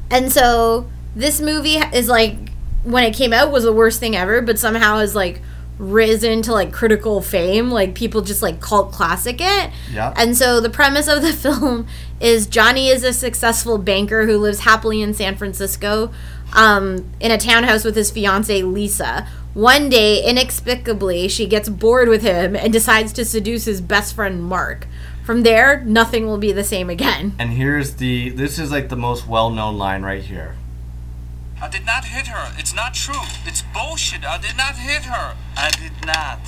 Speaker 2: And so this movie is like when it came out was the worst thing ever, but somehow has like risen to like critical fame. Like people just like cult classic it.
Speaker 3: Yeah.
Speaker 2: And so the premise of the film is Johnny is a successful banker who lives happily in San Francisco, um, in a townhouse with his fiancee Lisa. One day, inexplicably, she gets bored with him and decides to seduce his best friend Mark. From there, nothing will be the same again.
Speaker 3: And here's the this is like the most well-known line right here.
Speaker 5: I did not hit her. It's not true. It's bullshit. I did not hit her. I did not.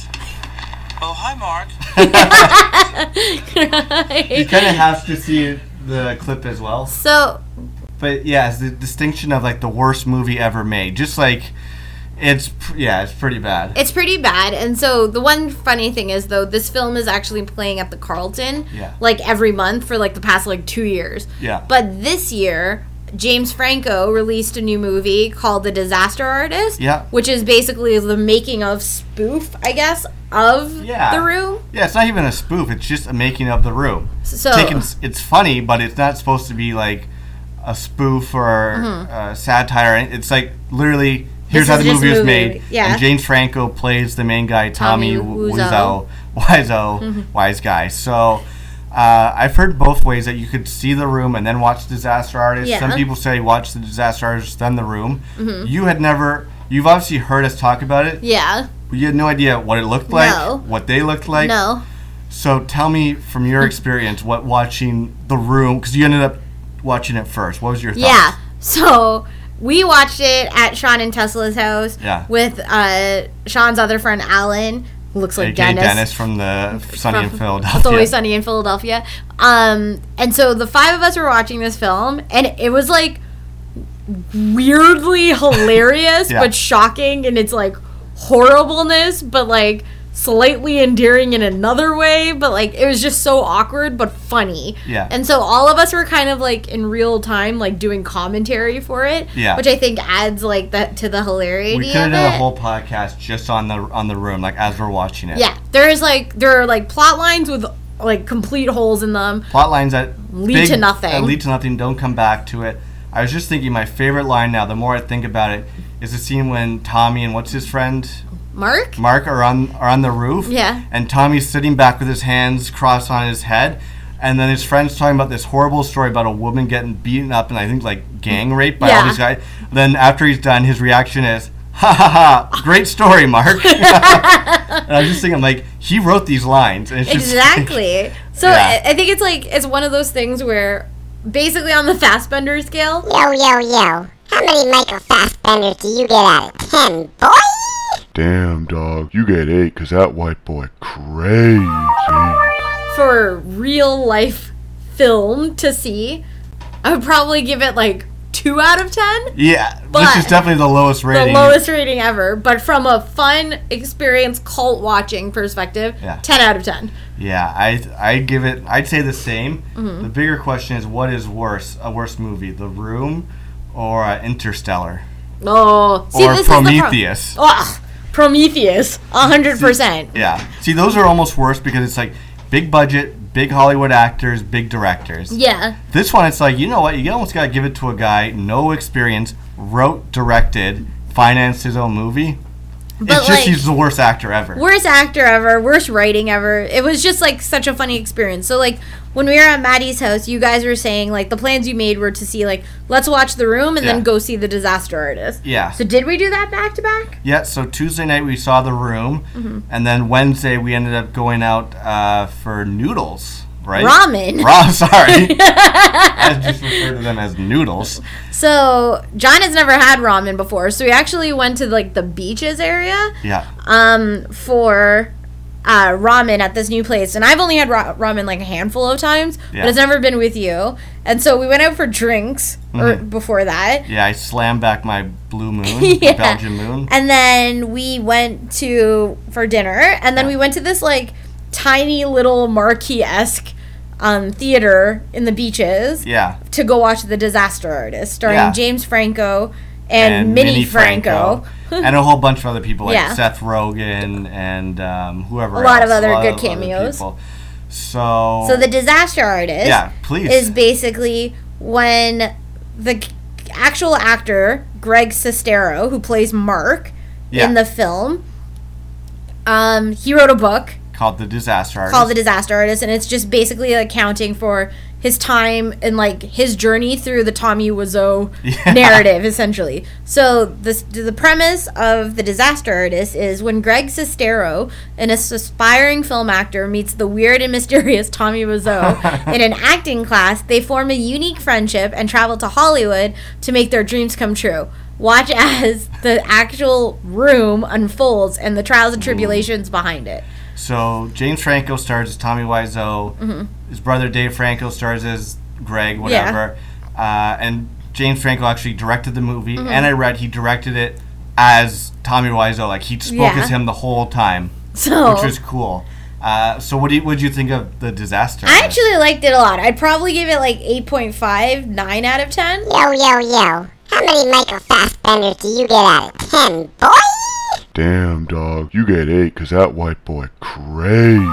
Speaker 5: Oh, hi, Mark.
Speaker 3: You kind of have to see the clip as well.
Speaker 2: So
Speaker 3: But yeah, it's the distinction of like the worst movie ever made. Just like it's pr- yeah, it's pretty bad.
Speaker 2: It's pretty bad. And so the one funny thing is though this film is actually playing at the Carlton
Speaker 3: Yeah.
Speaker 2: like every month for like the past like 2 years.
Speaker 3: Yeah.
Speaker 2: But this year James Franco released a new movie called The Disaster Artist,
Speaker 3: Yeah.
Speaker 2: which is basically the making of spoof, I guess, of
Speaker 3: Yeah.
Speaker 2: The Room.
Speaker 3: yeah, it's not even a spoof. It's just a making of the room.
Speaker 2: So
Speaker 3: Taken, s- it's funny, but it's not supposed to be like a spoof or uh, satire. It's like literally
Speaker 2: Mm-hmm. This
Speaker 3: here's how
Speaker 2: is
Speaker 3: the
Speaker 2: just
Speaker 3: movie was
Speaker 2: movie.
Speaker 3: made.
Speaker 2: Yeah.
Speaker 3: And James Franco plays the main guy, Tommy,
Speaker 2: Tommy
Speaker 3: Wi-
Speaker 2: Wiseau. Mm-hmm.
Speaker 3: Wiseau, Wiseau, wise guy. So. Uh, I've heard both ways that you could see the room and then watch Disaster Artist. Some
Speaker 2: Yeah. Mm-hmm.
Speaker 3: people say watch the Disaster Artist, then the room. You had never, you've obviously heard us talk about it.
Speaker 2: yeah.
Speaker 3: but You had no idea what it looked like,
Speaker 2: No.
Speaker 3: what they looked like.
Speaker 2: No.
Speaker 3: oh. So tell me from your experience what watching The Room because you ended up watching it first. What was your thoughts?
Speaker 2: Yeah. So we watched it at Sean and Tesla's house
Speaker 3: Yeah.
Speaker 2: with uh, Sean's other friend Alan, who looks like
Speaker 3: AKA Dennis, from the Sunny in
Speaker 2: from
Speaker 3: Philadelphia.
Speaker 2: It's always sunny in Philadelphia. Um, and so the five of us were watching this film, and it was like weirdly hilarious,
Speaker 3: Yeah.
Speaker 2: but shocking, and it's like horribleness, but like slightly endearing in another way. But like it was just so awkward, but funny.
Speaker 3: Yeah.
Speaker 2: And so all of us were kind of like in real time, like doing commentary for it.
Speaker 3: Yeah.
Speaker 2: Which I think adds like that to the hilarity.
Speaker 3: We could
Speaker 2: of
Speaker 3: have done
Speaker 2: it.
Speaker 3: a whole podcast just on the on the room, like as we're watching it.
Speaker 2: Yeah, there's like there are like plot lines with like complete holes in them.
Speaker 3: Plot lines that
Speaker 2: Lead to nothing.
Speaker 3: that lead to nothing. Don't come back to it. I was just thinking my favorite line now. The more I think about it, is the scene when Tommy and what's his friend
Speaker 2: Mark?
Speaker 3: Mark are on are on the roof.
Speaker 2: Yeah.
Speaker 3: And Tommy's sitting back with his hands crossed on his head. And then his friend's talking about this horrible story about a woman getting beaten up and I think like gang raped by all
Speaker 2: Yeah.
Speaker 3: these guys. Then after he's done, his reaction is, ha ha ha, great story, Mark. and I was just thinking, like, he wrote these lines. And it's just like-
Speaker 2: Exactly. So
Speaker 3: Yeah.
Speaker 2: I, I think it's like it's one of those things where basically on the Fastbender scale,
Speaker 6: Yo, yo, yo. How many Michael Fassbenders do you get out of 10, boy?
Speaker 4: Damn, dog, you get eight 'cause that white boy crazy.
Speaker 2: for real life film to see, I would probably give it like two out of ten.
Speaker 3: yeah.
Speaker 2: But-
Speaker 3: this is definitely the lowest
Speaker 2: The
Speaker 3: rating.
Speaker 2: lowest rating ever, but from a fun experience cult watching perspective,
Speaker 3: Yeah.
Speaker 2: ten out of ten.
Speaker 3: Yeah, I I give it. I'd say the same.
Speaker 2: Mm-hmm.
Speaker 3: The bigger question is, what is worse, a worse movie, The Room, or uh, Interstellar,
Speaker 2: Oh, see,
Speaker 3: or
Speaker 2: this is
Speaker 3: Prometheus?
Speaker 2: the pro- Ugh, Prometheus, hundred percent.
Speaker 3: Yeah. See, those are almost worse because it's like big budget, big Hollywood actors, big directors.
Speaker 2: Yeah,
Speaker 3: This one, it's like you know what? You almost gotta give it to a guy no experience, wrote, directed, financed his own movie.
Speaker 2: But,
Speaker 3: it's just
Speaker 2: like-
Speaker 3: he's the worst actor ever.
Speaker 2: worst actor ever, worst writing ever. It was just like such a funny experience. So like when we were at Maddie's house, you guys were saying like the plans you made were to see like let's watch the room and
Speaker 3: Yeah.
Speaker 2: then go see the disaster artist.
Speaker 3: Yeah.
Speaker 2: So did we do that back to back?
Speaker 3: Yeah, so Tuesday night we saw The Room,
Speaker 2: Mm-hmm.
Speaker 3: and then Wednesday we ended up going out uh, for noodles, right?
Speaker 2: Ramen.
Speaker 3: Raw, sorry. I just refer to them as noodles.
Speaker 2: So John has never had ramen before, so we actually went to like the beaches area
Speaker 3: Yeah.
Speaker 2: um for uh, ramen at this new place, and I've only had ra- ramen like a handful of times,
Speaker 3: Yeah.
Speaker 2: but it's never been with you. And so we went out for drinks or
Speaker 3: Mm-hmm.
Speaker 2: before that,
Speaker 3: Yeah, I slammed back my blue moon,
Speaker 2: Yeah.
Speaker 3: my Belgian moon.
Speaker 2: And then we went to for dinner, and then we went to this like tiny little marquee esque um, theater in the beaches
Speaker 3: Yeah.
Speaker 2: to go watch The Disaster Artist, starring
Speaker 3: Yeah.
Speaker 2: James Franco and, Minnie, Franco.
Speaker 3: and a whole bunch of other people like
Speaker 2: Yeah.
Speaker 3: Seth Rogen and um, whoever.
Speaker 2: A lot
Speaker 3: else,
Speaker 2: of other good cameos.
Speaker 3: people. so.
Speaker 2: So The Disaster Artist
Speaker 3: Yeah, please.
Speaker 2: is basically when the c- actual actor Greg Sestero, who plays Mark
Speaker 3: Yeah.
Speaker 2: in the film, um, he wrote a book
Speaker 3: called the disaster artist.
Speaker 2: called the disaster artist and it's just basically accounting for his time and like his journey through the Tommy Wiseau narrative essentially. So this the premise of the disaster artist is when Greg Sestero, an aspiring film actor, meets the weird and mysterious Tommy Wiseau in an acting class, they form a unique friendship and travel to Hollywood to make their dreams come true. Watch as the actual room unfolds and the trials and tribulations behind it.
Speaker 3: So James Franco stars as Tommy Wiseau.
Speaker 2: Mm-hmm.
Speaker 3: His brother Dave Franco stars as Greg, whatever. Uh, and James Franco actually directed the movie,
Speaker 2: Mm-hmm.
Speaker 3: and I read he directed it as Tommy Wiseau. Like he spoke
Speaker 2: Yeah.
Speaker 3: as him the whole time,
Speaker 2: So
Speaker 3: which was cool. Uh, so what do you, what do you think of the disaster?
Speaker 2: I actually liked it a lot. I'd probably give it like 8.5, 9 out of 10.
Speaker 6: Yo, yo, yo. How many Michael Fassbenders do you get out of 10, boy?
Speaker 4: Damn, dog. You get eight because that white boy crazy.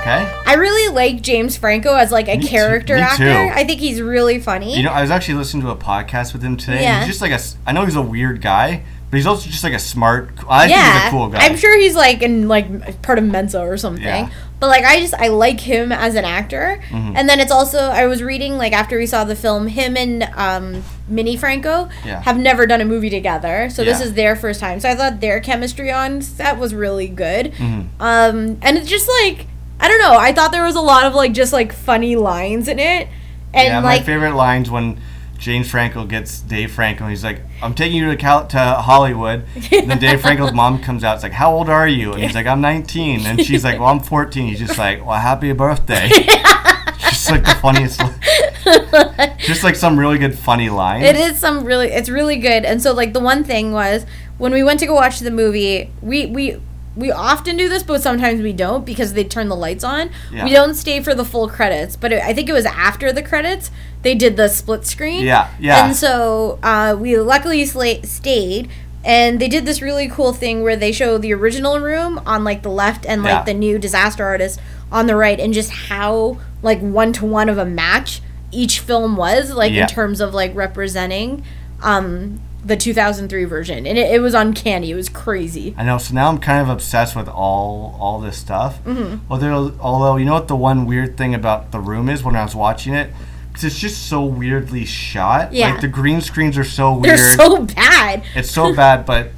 Speaker 3: okay.
Speaker 2: I really like James Franco as like a
Speaker 3: too-
Speaker 2: character
Speaker 3: me
Speaker 2: actor.
Speaker 3: too.
Speaker 2: I think he's really funny.
Speaker 3: You know, I was actually listening to a podcast with him today.
Speaker 2: Yeah.
Speaker 3: He's just like a. s- I know he's a weird guy, but he's also just like a smart. I think he's a cool guy.
Speaker 2: I'm sure he's like in like part of Mensa or something.
Speaker 3: Yeah. Mm-hmm.
Speaker 2: But like I just I like him as an actor. And then it's also I was reading like after we saw the film, him and um Minnie Franco
Speaker 3: Yeah.
Speaker 2: have never done a movie together. So this
Speaker 3: Yeah.
Speaker 2: is their first time. So I thought their chemistry on set was really good.
Speaker 3: Mm-hmm.
Speaker 2: Um and it's just like I don't know, I thought there was a lot of like just like funny lines in it. And
Speaker 3: yeah,
Speaker 2: like
Speaker 3: my favorite lines when James Franco gets Dave Franco. He's like, "I'm taking you to Cal- to Hollywood." And then Dave Franco's mom comes out. It's like, "How old are you?" And he's like, "I'm 19." And she's like, "Well, I'm 14." He's just like, "Well, happy birthday." just like the funniest. li- just like some really good funny line.
Speaker 2: It is some really it's really good. And so like the one thing was when we went to go watch the movie, we we we often do this, but sometimes we don't because they turn the lights on.
Speaker 3: Yeah.
Speaker 2: We don't stay for the full credits, but it, I think it was after the credits they did the split screen.
Speaker 3: Yeah, yeah.
Speaker 2: And so uh, we luckily sla- stayed, and they did this really cool thing where they show the original room on like the left and like
Speaker 3: Yeah.
Speaker 2: the new disaster artist on the right, and just how like one to one of a match each film was like
Speaker 3: Yeah.
Speaker 2: in terms of like representing um the 2003 version and it, it was uncanny it was crazy
Speaker 3: I know. So now I'm kind of obsessed with all all this stuff. Mm-hmm. Although, although you know what the one weird thing about the room is when I was watching it, 'Cause it's just so weirdly shot.
Speaker 2: Yeah.
Speaker 3: Like the green screens are so
Speaker 2: they're
Speaker 3: weird.
Speaker 2: so bad
Speaker 3: it's so bad. But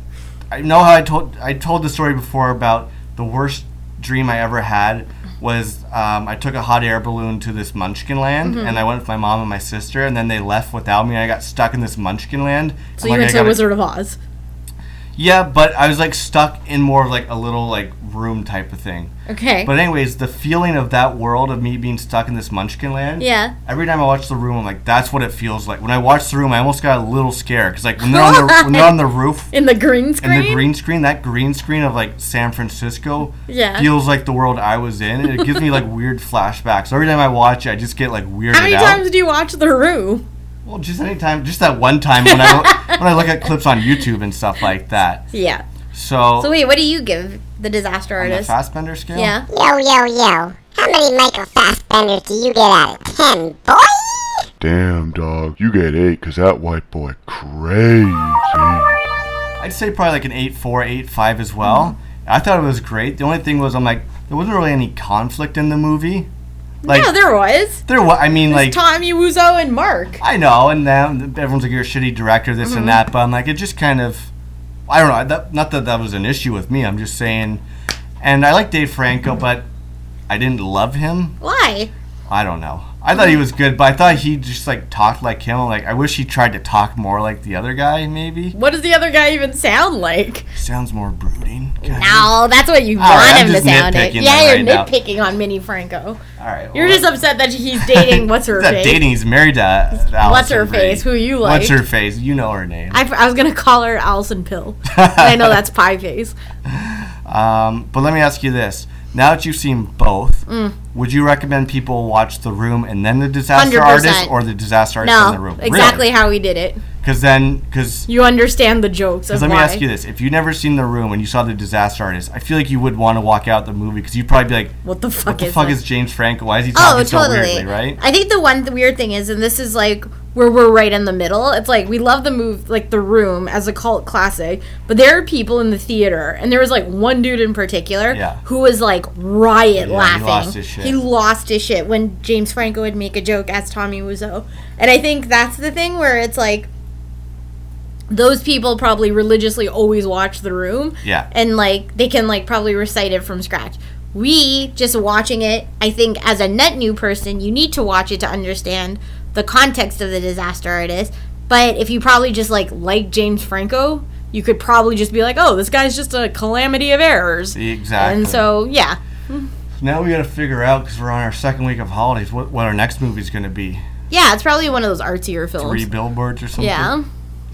Speaker 3: I know how I told I told the story before about the worst dream I ever had was um, I took a hot air balloon to this Munchkin land
Speaker 2: Mm-hmm.
Speaker 3: and I went with my mom and my sister and then they left without me and I got stuck in this Munchkin land.
Speaker 2: so you went to the Wizard of Oz
Speaker 3: Yeah, but I was like stuck in more of like a little like room type of thing.
Speaker 2: okay
Speaker 3: But anyways, the feeling of that world of me being stuck in this Munchkin land.
Speaker 2: Yeah.
Speaker 3: Every time I watch the room, I'm like, that's what it feels like. When I watch the room, I almost got a little scared because like when they're on the when they're on the roof
Speaker 2: in the green screen
Speaker 3: and the green screen, that green screen of like San Francisco
Speaker 2: Yeah.
Speaker 3: feels like the world I was in. And it gives me like weird flashbacks. Every time I watch it, I just get like weirded
Speaker 2: how many
Speaker 3: out.
Speaker 2: times do you watch the room
Speaker 3: well, just any time, just that one time when I when I look at clips on YouTube and stuff like that.
Speaker 2: yeah
Speaker 3: So,
Speaker 2: so wait what do you give the disaster
Speaker 3: on the
Speaker 2: artist
Speaker 3: Fassbender scale,
Speaker 2: yeah
Speaker 6: Yo, yo, yo. How many Michael Fassbenders do you get out of 10, boy?
Speaker 4: Damn, dog. You get eight because that white boy crazy.
Speaker 3: I'd say probably like an eight four, eight five as well.
Speaker 2: Mm-hmm.
Speaker 3: I thought it was great. The only thing was, I'm like, there wasn't really any conflict in the movie. Like,
Speaker 2: no, there was.
Speaker 3: there was. I mean, like,
Speaker 2: Tommy Wuzo and Mark.
Speaker 3: I know, and then everyone's like, "You're a shitty director, this
Speaker 2: Mm-hmm.
Speaker 3: and that," but I'm like, it just kind of, I don't know. That, not that that was an issue with me. I'm just saying, and I like Dave Franco, but I didn't love him.
Speaker 2: Why?
Speaker 3: I don't know. I
Speaker 2: Mm-hmm.
Speaker 3: thought he was good, but I thought he just like talked like him. Like I wish he tried to talk more like the other guy. Maybe
Speaker 2: What does the other guy even sound like?
Speaker 3: sounds more brooding. kind
Speaker 2: No,
Speaker 3: of.
Speaker 2: Oh, that's what you
Speaker 3: right,
Speaker 2: want
Speaker 3: Oh, I'm
Speaker 2: him to
Speaker 3: just
Speaker 2: sound it.
Speaker 3: nitpicking
Speaker 2: Yeah,
Speaker 3: right
Speaker 2: you're
Speaker 3: now.
Speaker 2: nitpicking on Minnie Franco.
Speaker 3: All right.
Speaker 2: You're
Speaker 3: well,
Speaker 2: just upset that he's dating what's her
Speaker 3: he's not
Speaker 2: face.
Speaker 3: dating. He's married to uh, Allison
Speaker 2: What's her
Speaker 3: Brie.
Speaker 2: face? Who you like?
Speaker 3: What's her face? You know her name.
Speaker 2: I, I was gonna call her Allison Pill. And I know that's pie face.
Speaker 3: Um, but let me ask you this: Now that you've seen both,
Speaker 2: Mm.
Speaker 3: would you recommend people watch The Room and then The Disaster
Speaker 2: 100%.
Speaker 3: Artist, or The Disaster Artist and The
Speaker 2: No,
Speaker 3: Room?
Speaker 2: exactly how he did it.
Speaker 3: Because then, because
Speaker 2: You understand the jokes of
Speaker 3: let
Speaker 2: why.
Speaker 3: me ask you this: If you never seen The Room and you saw The Disaster Artist, I feel like you would want to walk out the movie because you'd probably be like,
Speaker 2: What the fuck
Speaker 3: "What the
Speaker 2: is
Speaker 3: fuck
Speaker 2: this?
Speaker 3: is James Franco? Why is he talking
Speaker 2: Oh, totally.
Speaker 3: so weirdly?" Right?
Speaker 2: I think the one th- weird thing is, and this is like where we're right in the middle. It's like we love the move, like The Room as a cult classic, but there are people in the theater, and there was like one dude in particular
Speaker 3: Yeah.
Speaker 2: who was like riot
Speaker 3: he
Speaker 2: laughing.
Speaker 3: lost his shit.
Speaker 2: He lost his shit when James Franco would make a joke as Tommy Wiseau, and I think that's the thing where it's like. Those people probably religiously always watch The Room,
Speaker 3: Yeah.
Speaker 2: and like they can like probably recite it from scratch. We just watching it, I think as a net new person, you need to watch it to understand the context of the disaster artist. But if you probably just like like James Franco, you could probably just be like, "Oh, this guy's just a calamity of errors."
Speaker 3: Exactly.
Speaker 2: And so, yeah.
Speaker 3: now we got to figure out because we're on our second week of holidays what, what our next movie's going to be.
Speaker 2: Yeah, it's probably one of those artsier films.
Speaker 3: Three billboards or something.
Speaker 2: Yeah.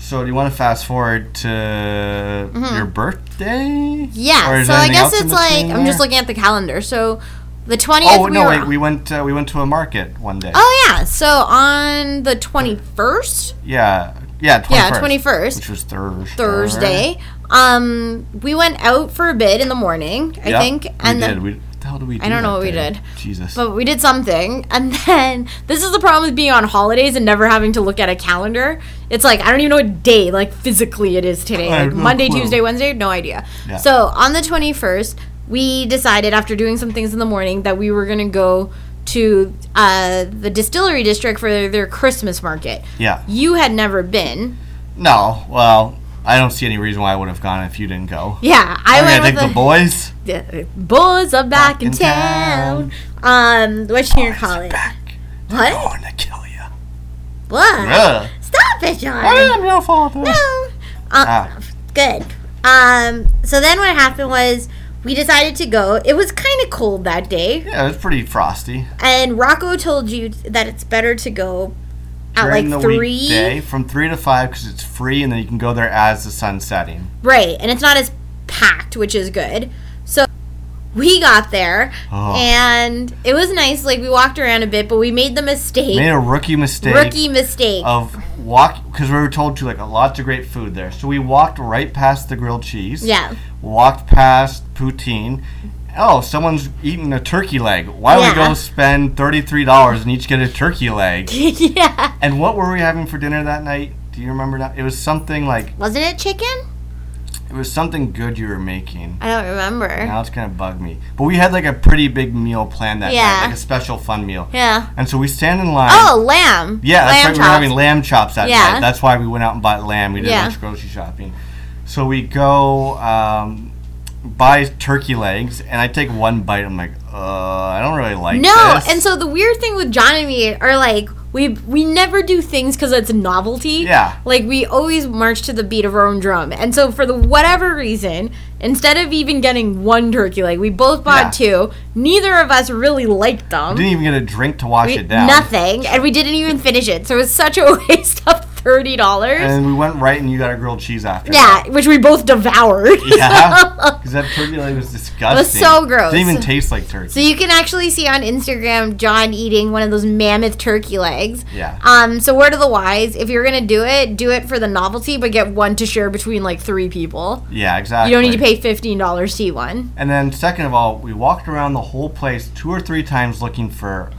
Speaker 3: So do you want to fast forward to
Speaker 2: Mm-hmm.
Speaker 3: your birthday? Or
Speaker 2: Yeah.
Speaker 3: is
Speaker 2: So
Speaker 3: there
Speaker 2: I
Speaker 3: anything
Speaker 2: guess
Speaker 3: else in
Speaker 2: it's
Speaker 3: between
Speaker 2: like I'm just
Speaker 3: there?
Speaker 2: looking at the calendar. So the 20th
Speaker 3: Oh
Speaker 2: we
Speaker 3: no!
Speaker 2: were
Speaker 3: wait, we went uh, we went to a market one day.
Speaker 2: Oh yeah. So on the 21st,
Speaker 3: Yeah, yeah, 21st,
Speaker 2: yeah, 21st.
Speaker 3: which was Thursday.
Speaker 2: Thursday. Um, we went out for a bit in the morning, I
Speaker 3: Yeah,
Speaker 2: think, and
Speaker 3: we
Speaker 2: then
Speaker 3: did. We, what the hell did we? Do
Speaker 2: don't know
Speaker 3: that
Speaker 2: what we
Speaker 3: day?
Speaker 2: did.
Speaker 3: Jesus.
Speaker 2: but we did something, and then this is the problem with being on holidays and never having to look at a calendar. It's like I don't even know what day, like physically, it is today.
Speaker 3: I have
Speaker 2: Like
Speaker 3: no
Speaker 2: Monday,
Speaker 3: clue.
Speaker 2: Tuesday, Wednesday, no idea.
Speaker 3: Yeah.
Speaker 2: So on the twenty first, we decided after doing some things in the morning that we were gonna go to uh, the distillery district for their, their Christmas market.
Speaker 3: yeah.
Speaker 2: You had never been.
Speaker 3: No. Well, I don't see any reason why I would have gone if you didn't go.
Speaker 2: Yeah, I,
Speaker 3: I
Speaker 2: went
Speaker 3: gotta
Speaker 2: with
Speaker 3: take the,
Speaker 2: a-
Speaker 3: boys.
Speaker 2: Yeah, boys are back, in,
Speaker 3: in
Speaker 2: town.
Speaker 3: town.
Speaker 2: Um, what you gonna call it?
Speaker 3: Back. I
Speaker 2: What?
Speaker 3: want to kill you.
Speaker 2: What?
Speaker 3: Ugh.
Speaker 2: Stop it, John.
Speaker 3: I am your father.
Speaker 2: No. Uh,
Speaker 3: Ah.
Speaker 2: Good. Um, so then what happened was we decided to go. It was kind of cold that day,
Speaker 3: Yeah, it was pretty frosty.
Speaker 2: and Rocco told you that it's better to go at
Speaker 3: During
Speaker 2: like
Speaker 3: the
Speaker 2: three,
Speaker 3: weekday from three to five because it's free, and then you can go there as the sun's setting.
Speaker 2: right? And it's not as packed, which is good. So we got there,
Speaker 3: Oh.
Speaker 2: and it was nice. Like we walked around a bit, but we made the mistake.
Speaker 3: Made a rookie mistake. Oh.
Speaker 2: Rookie mistake.
Speaker 3: of walk because we were told to like lots of great food there. So we walked right past the grilled cheese.
Speaker 2: Yeah.
Speaker 3: Walked past poutine. Oh, someone's eating a turkey leg. Why
Speaker 2: Yeah.
Speaker 3: we go spend thirty three dollars and each get a turkey leg?
Speaker 2: yeah.
Speaker 3: and what were we having for dinner that night? Do you remember that? It was something like
Speaker 2: Wasn't it chicken?
Speaker 3: it was something good you were making.
Speaker 2: I don't remember.
Speaker 3: Now it's gonna bug me. But we had like a pretty big meal planned that
Speaker 2: Yeah.
Speaker 3: night, like a special fun meal.
Speaker 2: Yeah.
Speaker 3: And so we stand in line.
Speaker 2: Oh, lamb.
Speaker 3: Yeah, that's
Speaker 2: lamb
Speaker 3: right. We were having lamb chops that
Speaker 2: Yeah.
Speaker 3: night. That's why we went out and bought lamb. We did
Speaker 2: Yeah.
Speaker 3: a bunch of grocery shopping. So we go um, buy turkey legs, and I take one bite. I'm like, uh, I don't really like
Speaker 2: No,
Speaker 3: this.
Speaker 2: and so the weird thing with John and me are like we we never do things because it's a novelty.
Speaker 3: Yeah.
Speaker 2: Like we always march to the beat of our own drum, and so for the whatever reason, instead of even getting one turkey leg, we both bought two. Neither of us really liked them.
Speaker 3: didn't even get a drink to wash
Speaker 2: We-
Speaker 3: it down.
Speaker 2: nothing, and we didn't even finish it. So it was such a waste of thirty dollars.
Speaker 3: And we went right, and you got a grilled cheese after.
Speaker 2: Yeah, which we both devoured.
Speaker 3: Yeah, because that turkey leg was disgusting.
Speaker 2: so gross.
Speaker 3: Didn't even taste like turkey.
Speaker 2: So you can actually see on Instagram John eating one of those mammoth turkey legs.
Speaker 3: Yeah.
Speaker 2: Um, so word of the wise, if you're gonna do it, do it for the novelty, but get one to share between like three people.
Speaker 3: yeah, exactly.
Speaker 2: You don't need to pay fifteen dollars to eat one.
Speaker 3: And then, second of all, we walked around the whole place two or three times looking for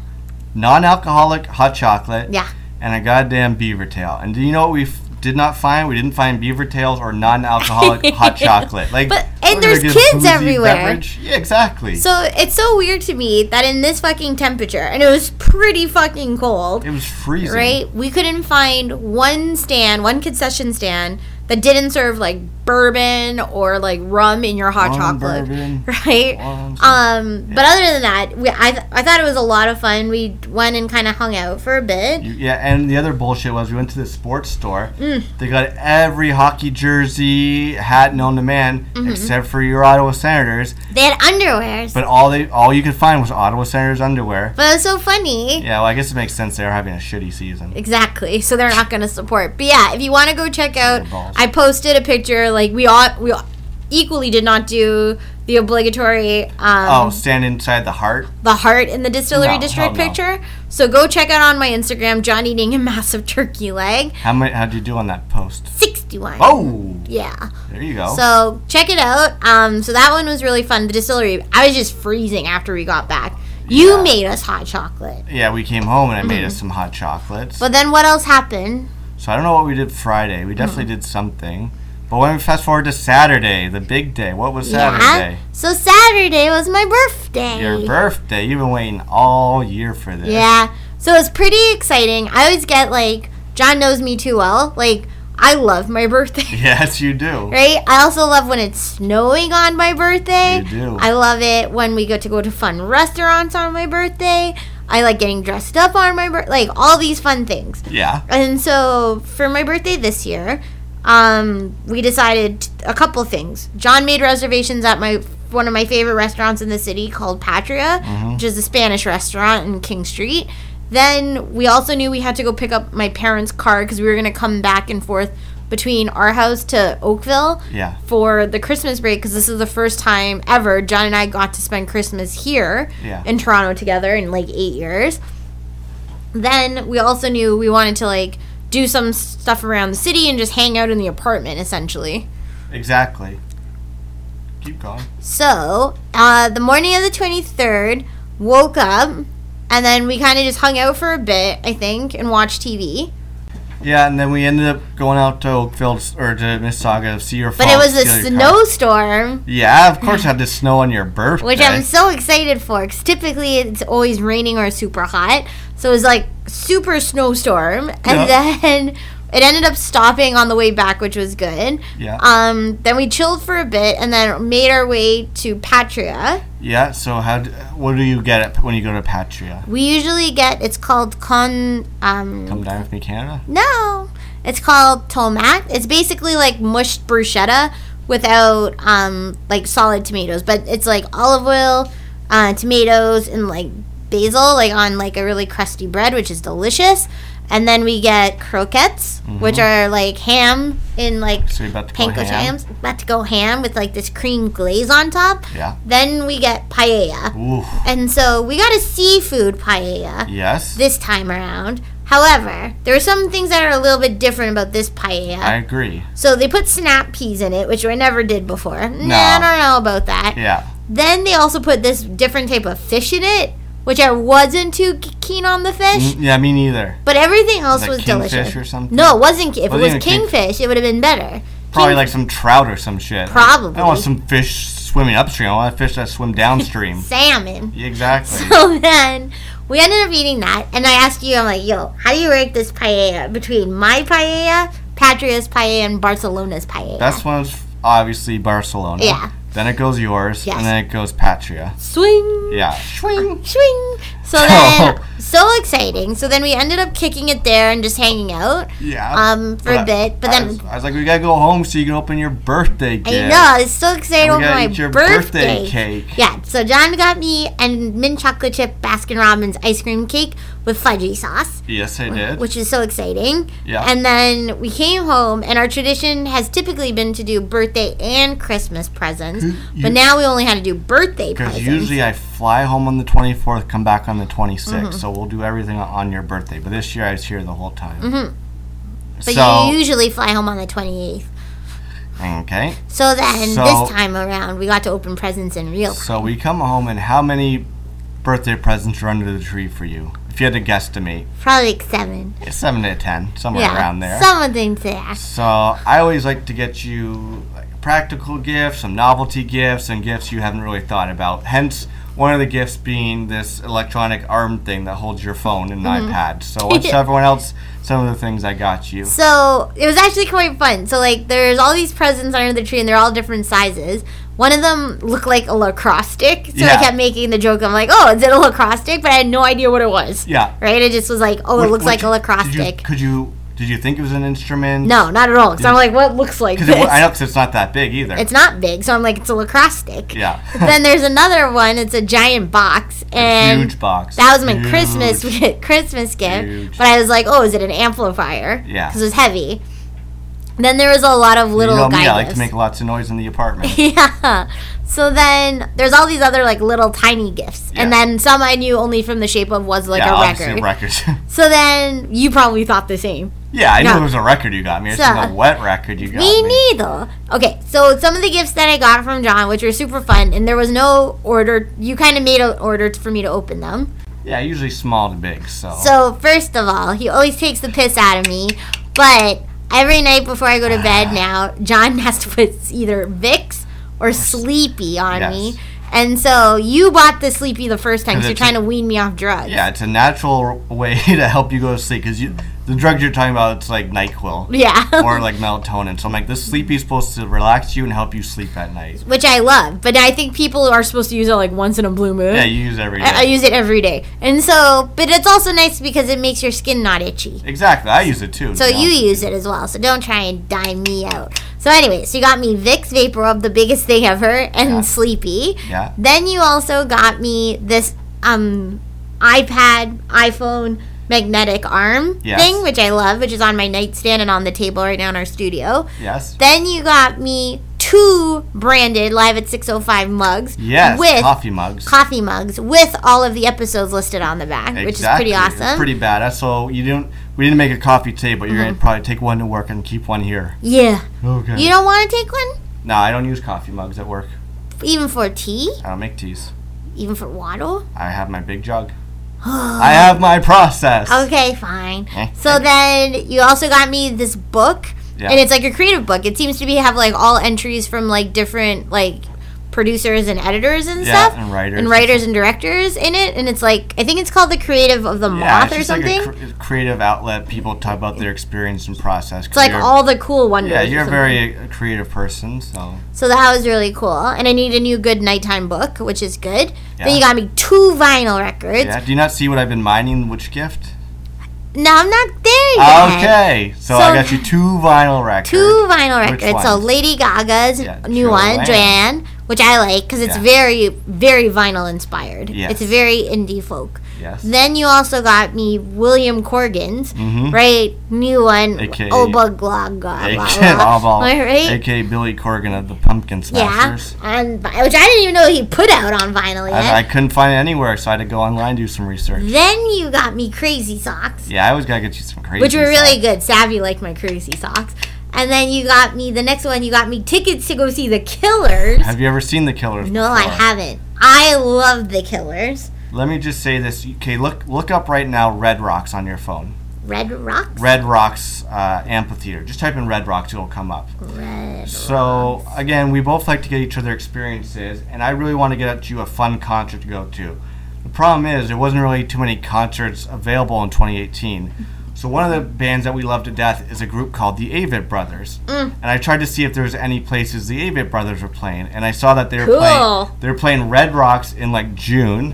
Speaker 3: non-alcoholic hot chocolate.
Speaker 2: Yeah.
Speaker 3: And a goddamn beaver tail. And do you know what we f- did not find. We didn't find beaver tails or non-alcoholic hot chocolate. Like,
Speaker 2: But- and
Speaker 3: we're
Speaker 2: there's
Speaker 3: gonna get
Speaker 2: kids
Speaker 3: boozy
Speaker 2: everywhere.
Speaker 3: beverage. Yeah, exactly.
Speaker 2: So it's so weird to me that in this fucking temperature, and it was pretty fucking cold,
Speaker 3: it was freezing.
Speaker 2: right? We couldn't find one stand, one concession stand that didn't serve like bourbon or like rum in your hot
Speaker 3: Rum,
Speaker 2: chocolate,
Speaker 3: bourbon,
Speaker 2: right?
Speaker 3: rum.
Speaker 2: Um, but other than that, we, I th- I thought it was a lot of fun. We went and kind of hung out for a bit.
Speaker 3: You- Yeah, and the other bullshit was we went to the sports store.
Speaker 2: Mm.
Speaker 3: They got every hockey jersey, hat known to man,
Speaker 2: Mm-hmm.
Speaker 3: except for your Ottawa Senators.
Speaker 2: They had underwears, but,
Speaker 3: But all they all you could find was Ottawa Senators underwear.
Speaker 2: it was so funny.
Speaker 3: Yeah, well, I guess it makes sense they are having a shitty season.
Speaker 2: Exactly. So they're not going to support. But yeah, if you want to go check out,
Speaker 3: Your balls.
Speaker 2: I posted a picture. Like we all we all equally did not do the obligatory um,
Speaker 3: Oh, stand inside the heart.
Speaker 2: the heart in the distillery
Speaker 3: No,
Speaker 2: district
Speaker 3: hell no.
Speaker 2: picture. So go check out on my Instagram John eating a massive turkey leg
Speaker 3: How many? How'd you do on that post?
Speaker 2: sixty one.
Speaker 3: Oh,
Speaker 2: Yeah.
Speaker 3: there you go.
Speaker 2: So check it out. Um, so that one was really fun. The distillery. I was just freezing after we got back. You
Speaker 3: Yeah.
Speaker 2: made us hot chocolate.
Speaker 3: yeah, we came home and I made us some hot chocolates.
Speaker 2: Mm-hmm. But then what else happened?
Speaker 3: so I don't know what we did Friday. We definitely
Speaker 2: Mm-hmm.
Speaker 3: did something. But when we fast forward to Saturday, the big day. What was Saturday?
Speaker 2: So Saturday was my birthday.
Speaker 3: Your birthday. You've been waiting all year for this.
Speaker 2: Yeah. So it's pretty exciting. I always get like John knows me too well. Like I love my birthday.
Speaker 3: Yes, you do.
Speaker 2: Right? I also love when it's snowing on my birthday.
Speaker 3: You do.
Speaker 2: I love it when we get to go to fun restaurants on my birthday. I like getting dressed up on my birthday. Like all these fun things.
Speaker 3: Yeah.
Speaker 2: And so for my birthday this year, um, we decided t- a couple things. John made reservations at my one of my favorite restaurants in the city called Patria,
Speaker 3: Mm-hmm.
Speaker 2: which is a Spanish restaurant in King Street. Then we also knew we had to go pick up my parents' car because we were gonna come back and forth between our house to Oakville
Speaker 3: Yeah.
Speaker 2: for the Christmas break because this is the first time ever John and I got to spend Christmas here
Speaker 3: Yeah.
Speaker 2: in Toronto together in like eight years. Then we also knew we wanted to like do some stuff around the city and just hang out in the apartment essentially.
Speaker 3: Exactly. Keep going.
Speaker 2: So uh, the morning of the 23rd, woke up and then we kind of just hung out for a bit, I think, and watched TV.
Speaker 3: Yeah, and then we ended up going out to Oakville s- or to Mississauga to see Oh, your.
Speaker 2: But it was a snowstorm,
Speaker 3: Yeah, of course, you had the snow on your birthday.
Speaker 2: which I'm so excited for because typically it's always raining or super hot. So it was like super snowstorm, and
Speaker 3: Yeah.
Speaker 2: then it ended up stopping on the way back, which was good.
Speaker 3: Yeah.
Speaker 2: Um, then we chilled for a bit and then made our way to Patria.
Speaker 3: yeah. So how? d- What do you get at, when you go to Patria?
Speaker 2: We usually get it's called con um
Speaker 3: Come dine with me, Canada.
Speaker 2: no. It's called tomat. It's basically like mushed bruschetta without um like solid tomatoes, but it's like olive oil, uh, tomatoes and like basil like on like a really crusty bread, which is delicious. And then we get croquettes, which are like ham in like
Speaker 3: Mm-hmm. So you're about to go
Speaker 2: panko
Speaker 3: ham.
Speaker 2: hams, about to go ham with like this cream glaze on top.
Speaker 3: Yeah.
Speaker 2: Then we get paella.
Speaker 3: Ooh.
Speaker 2: And so we got a seafood paella
Speaker 3: Yes.
Speaker 2: this time around. However, there are some things that are a little bit different about this paella.
Speaker 3: I agree.
Speaker 2: so they put snap peas in it, which I never did before. Nah, I don't know about that.
Speaker 3: Yeah.
Speaker 2: Then they also put this different type of fish in it, which I wasn't too k- keen on the fish,
Speaker 3: Mm, Yeah, me neither.
Speaker 2: but everything else
Speaker 3: Like
Speaker 2: was
Speaker 3: kingfish
Speaker 2: delicious.
Speaker 3: or something?
Speaker 2: No, it wasn't. ki- If
Speaker 3: Wasn't
Speaker 2: it
Speaker 3: even
Speaker 2: was
Speaker 3: king-
Speaker 2: kingfish, it would have been better.
Speaker 3: Probably
Speaker 2: King-
Speaker 3: like some trout or some shit. Like, I
Speaker 2: Probably.
Speaker 3: want some fish swimming upstream. I want fish that swim downstream.
Speaker 2: salmon.
Speaker 3: Yeah, exactly.
Speaker 2: So then we ended up eating that, and I asked you, I'm like, yo, how do you rank this paella between my paella, Patria's paella, and Barcelona's paella?
Speaker 3: That's one of obviously Barcelona.
Speaker 2: Yeah.
Speaker 3: Then it goes yours,
Speaker 2: Yes.
Speaker 3: and then it goes Patria.
Speaker 2: swing,
Speaker 3: Yeah.
Speaker 2: swing. So then, so exciting. So then we ended up kicking it there and just hanging out
Speaker 3: Yeah.
Speaker 2: um for a
Speaker 3: But I-
Speaker 2: bit. But
Speaker 3: I was,
Speaker 2: then
Speaker 3: I was like, we gotta go home so you can open your birthday gift.
Speaker 2: I know I was so excited
Speaker 3: We
Speaker 2: over
Speaker 3: gotta
Speaker 2: my
Speaker 3: eat your
Speaker 2: birthday.
Speaker 3: birthday cake.
Speaker 2: Yeah. So John got me and mint chocolate chip Baskin Robbins ice cream cake with fudgy sauce.
Speaker 3: Yes, I did.
Speaker 2: which is so exciting.
Speaker 3: Yeah.
Speaker 2: And then we came home, and our tradition has typically been to do birthday and Christmas presents, but now we only had to do birthday
Speaker 3: Because
Speaker 2: presents.
Speaker 3: usually I fly home on the 24th, come back on the 26th.
Speaker 2: Mm-hmm.
Speaker 3: So we'll do everything on- on your birthday. But this year I was here the whole time.
Speaker 2: Mm-hmm. but
Speaker 3: So,
Speaker 2: you usually fly home on the 28th.
Speaker 3: okay.
Speaker 2: So then
Speaker 3: So-
Speaker 2: this time around, we got to open presents in real time.
Speaker 3: So we come home, and how many birthday presents are under the tree for you? If If you had to guesstimate,
Speaker 2: Probably like seven.
Speaker 3: it's seven to ten, somewhere
Speaker 2: yeah,
Speaker 3: around there.
Speaker 2: Something to that.
Speaker 3: So I always like to get you like a practical gift, some novelty gifts, and gifts you haven't really thought about. Hence, one of the gifts being this electronic arm thing that holds your phone and
Speaker 2: Mm-hmm.
Speaker 3: iPad. So I tell everyone else some of the things I got you.
Speaker 2: So it was actually quite fun. So like, there's all these presents under the tree, and they're all different sizes. One of them looked like a lacrosse stick, so I
Speaker 3: Yeah.
Speaker 2: kept making the joke. I'm like, "Oh, is it a lacrosse stick?" But I had no idea what it was.
Speaker 3: Yeah.
Speaker 2: Right? It just was like, "Oh,
Speaker 3: What-
Speaker 2: it looks
Speaker 3: what
Speaker 2: like a
Speaker 3: you-
Speaker 2: lacrosse
Speaker 3: did you-
Speaker 2: stick."
Speaker 3: Could you did you think it was an instrument?
Speaker 2: No, not at all. Because I'm like, "What looks like
Speaker 3: because
Speaker 2: this?"
Speaker 3: I know 'cause it's not that big either.
Speaker 2: it's not big, so I'm like, "It's a lacrosse stick."
Speaker 3: yeah,
Speaker 2: then there's another one. It's a giant box, and
Speaker 3: huge box.
Speaker 2: That was my
Speaker 3: Huge.
Speaker 2: Christmas Christmas gift.
Speaker 3: Huge.
Speaker 2: But I was like, oh, is it an amplifier?
Speaker 3: Yeah.
Speaker 2: Because it was heavy. Then there was a lot of little
Speaker 3: you know
Speaker 2: guy
Speaker 3: me, I like
Speaker 2: gifts.
Speaker 3: to make lots of noise in the apartment.
Speaker 2: yeah. So then there's all these other like little tiny gifts, and
Speaker 3: Yeah.
Speaker 2: then some I knew only from the shape of was like
Speaker 3: yeah,
Speaker 2: a
Speaker 3: obviously
Speaker 2: record.
Speaker 3: records.
Speaker 2: so then you probably thought the same.
Speaker 3: yeah, I knew
Speaker 2: No.
Speaker 3: it was a record you got me. It's
Speaker 2: So-
Speaker 3: not a wet record you got
Speaker 2: Me neither. Okay, so some of the gifts that I got from John, which were super fun, and there was no order. You kind of made an order for me to open them.
Speaker 3: Yeah, usually small to big. So,
Speaker 2: So first of all, he always takes the piss out of me, but every night before I go to bed now, John has to put either Vicks or Sleepy on
Speaker 3: Yes.
Speaker 2: me. And so you bought the Sleepy the first time,
Speaker 3: 'Cause
Speaker 2: so you're
Speaker 3: it's
Speaker 2: trying to wean me off drugs.
Speaker 3: yeah, it's a natural way to help you go to sleep because you the drugs you're talking about it's like Nyquil.
Speaker 2: Yeah.
Speaker 3: Or like melatonin. So I'm like, this sleepy is supposed to relax you and help you sleep at night.
Speaker 2: Which I love, but I think people are supposed to use it like once in a blue moon.
Speaker 3: Yeah, you use it every day.
Speaker 2: I, I use it every day. And so, but it's also nice because it makes your skin not itchy.
Speaker 3: exactly. I use it too. to
Speaker 2: So
Speaker 3: be
Speaker 2: you
Speaker 3: honest.
Speaker 2: use it as well. So don't try and dime me out. So anyway, so you got me Vicks Vapor Rub, the biggest thing ever, and
Speaker 3: Yeah.
Speaker 2: Sleepy.
Speaker 3: Yeah.
Speaker 2: Then you also got me this um iPad, iPhone magnetic arm
Speaker 3: Yes.
Speaker 2: thing, which I love, which is on my nightstand and on the table right now in our studio.
Speaker 3: Yes.
Speaker 2: Then you got me two branded Live at 605 mugs.
Speaker 3: Yes.
Speaker 2: With
Speaker 3: coffee mugs.
Speaker 2: coffee mugs with all of the episodes listed on the back, which is pretty
Speaker 3: Exactly.
Speaker 2: awesome.
Speaker 3: Pretty badass. So you didn't. We didn't make a coffee today, but you're gonna probably take one to work and keep one here.
Speaker 2: yeah.
Speaker 3: Okay.
Speaker 2: Mm-hmm. You don't want to take one?
Speaker 3: no, I don't use coffee mugs at work.
Speaker 2: even for tea,
Speaker 3: I don't make teas.
Speaker 2: even for water.
Speaker 3: I have my big jug. I have my process.
Speaker 2: Okay, fine.
Speaker 3: Eh,
Speaker 2: So then you also got me this book,
Speaker 3: Yeah.
Speaker 2: and it's like a creative book. It seems to be have like all entries from like different like producers and editors and
Speaker 3: Yeah,
Speaker 2: stuff,
Speaker 3: and writers.
Speaker 2: and writers and directors in it. And it's like I think it's called the Creative of the
Speaker 3: Yeah,
Speaker 2: Moth
Speaker 3: it's
Speaker 2: or
Speaker 3: just like
Speaker 2: something.
Speaker 3: a cr- creative outlet. People talk about their experience and process.
Speaker 2: it's like all the cool wonders.
Speaker 3: Yeah,
Speaker 2: or
Speaker 3: you're a
Speaker 2: something.
Speaker 3: very uh, creative person, so
Speaker 2: So that was really cool. And I need a new good nighttime book, which is good. Then
Speaker 3: Yeah.
Speaker 2: you got me two vinyl records.
Speaker 3: yeah. Do you not see what I've been mining? Which gift?
Speaker 2: No, I'm not there yet.
Speaker 3: Okay, so, I
Speaker 2: So-
Speaker 3: got you two vinyl records.
Speaker 2: two vinyl
Speaker 3: Which
Speaker 2: records. So
Speaker 3: ones?
Speaker 2: Lady Gaga's
Speaker 3: Yeah,
Speaker 2: new one,
Speaker 3: Joanne.
Speaker 2: Joanne, which I like because it's
Speaker 3: Yeah.
Speaker 2: very, very vinyl inspired.
Speaker 3: Yes.
Speaker 2: It's very indie folk.
Speaker 3: Yes.
Speaker 2: Then you also got me William Corgan's,
Speaker 3: Mhm.
Speaker 2: right? New one,
Speaker 3: AKA
Speaker 2: Oba Glog Glog.
Speaker 3: AKA, blah, blah,
Speaker 2: Right?
Speaker 3: AKA Billy Corgan of the Pumpkin
Speaker 2: Yeah.
Speaker 3: Smashers.
Speaker 2: And, which I didn't even know he put out on vinyl yet.
Speaker 3: I, I couldn't find it anywhere, so I had to go online do some research.
Speaker 2: then you got me Crazy Socks.
Speaker 3: Yeah, I always gotta get you some crazy.
Speaker 2: which were really
Speaker 3: stuff.
Speaker 2: good. Savvy liked my crazy socks. And then you got me the next one. You got me tickets to go see the Killers.
Speaker 3: Have you ever seen The Killers?
Speaker 2: No, I
Speaker 3: before?
Speaker 2: haven't. I love the Killers.
Speaker 3: Let me just say this. Okay, look look up right now. Red Rocks on your phone.
Speaker 2: Red Rocks.
Speaker 3: Red Rocks uh, Amphitheater. Just type in Red Rocks, it'll come up.
Speaker 2: Red.
Speaker 3: So again, we both like to get each other experiences, and I really want to get you a fun concert to go to. The problem is there wasn't really too many concerts available in 2018. So one of the bands that we love to death is a group called the Avid Brothers,
Speaker 2: Mm.
Speaker 3: and I tried to see if there was any places the Avid Brothers were playing, and I saw that they were
Speaker 2: Cool. Mm.
Speaker 3: playing. They were playing Red Rocks in like June.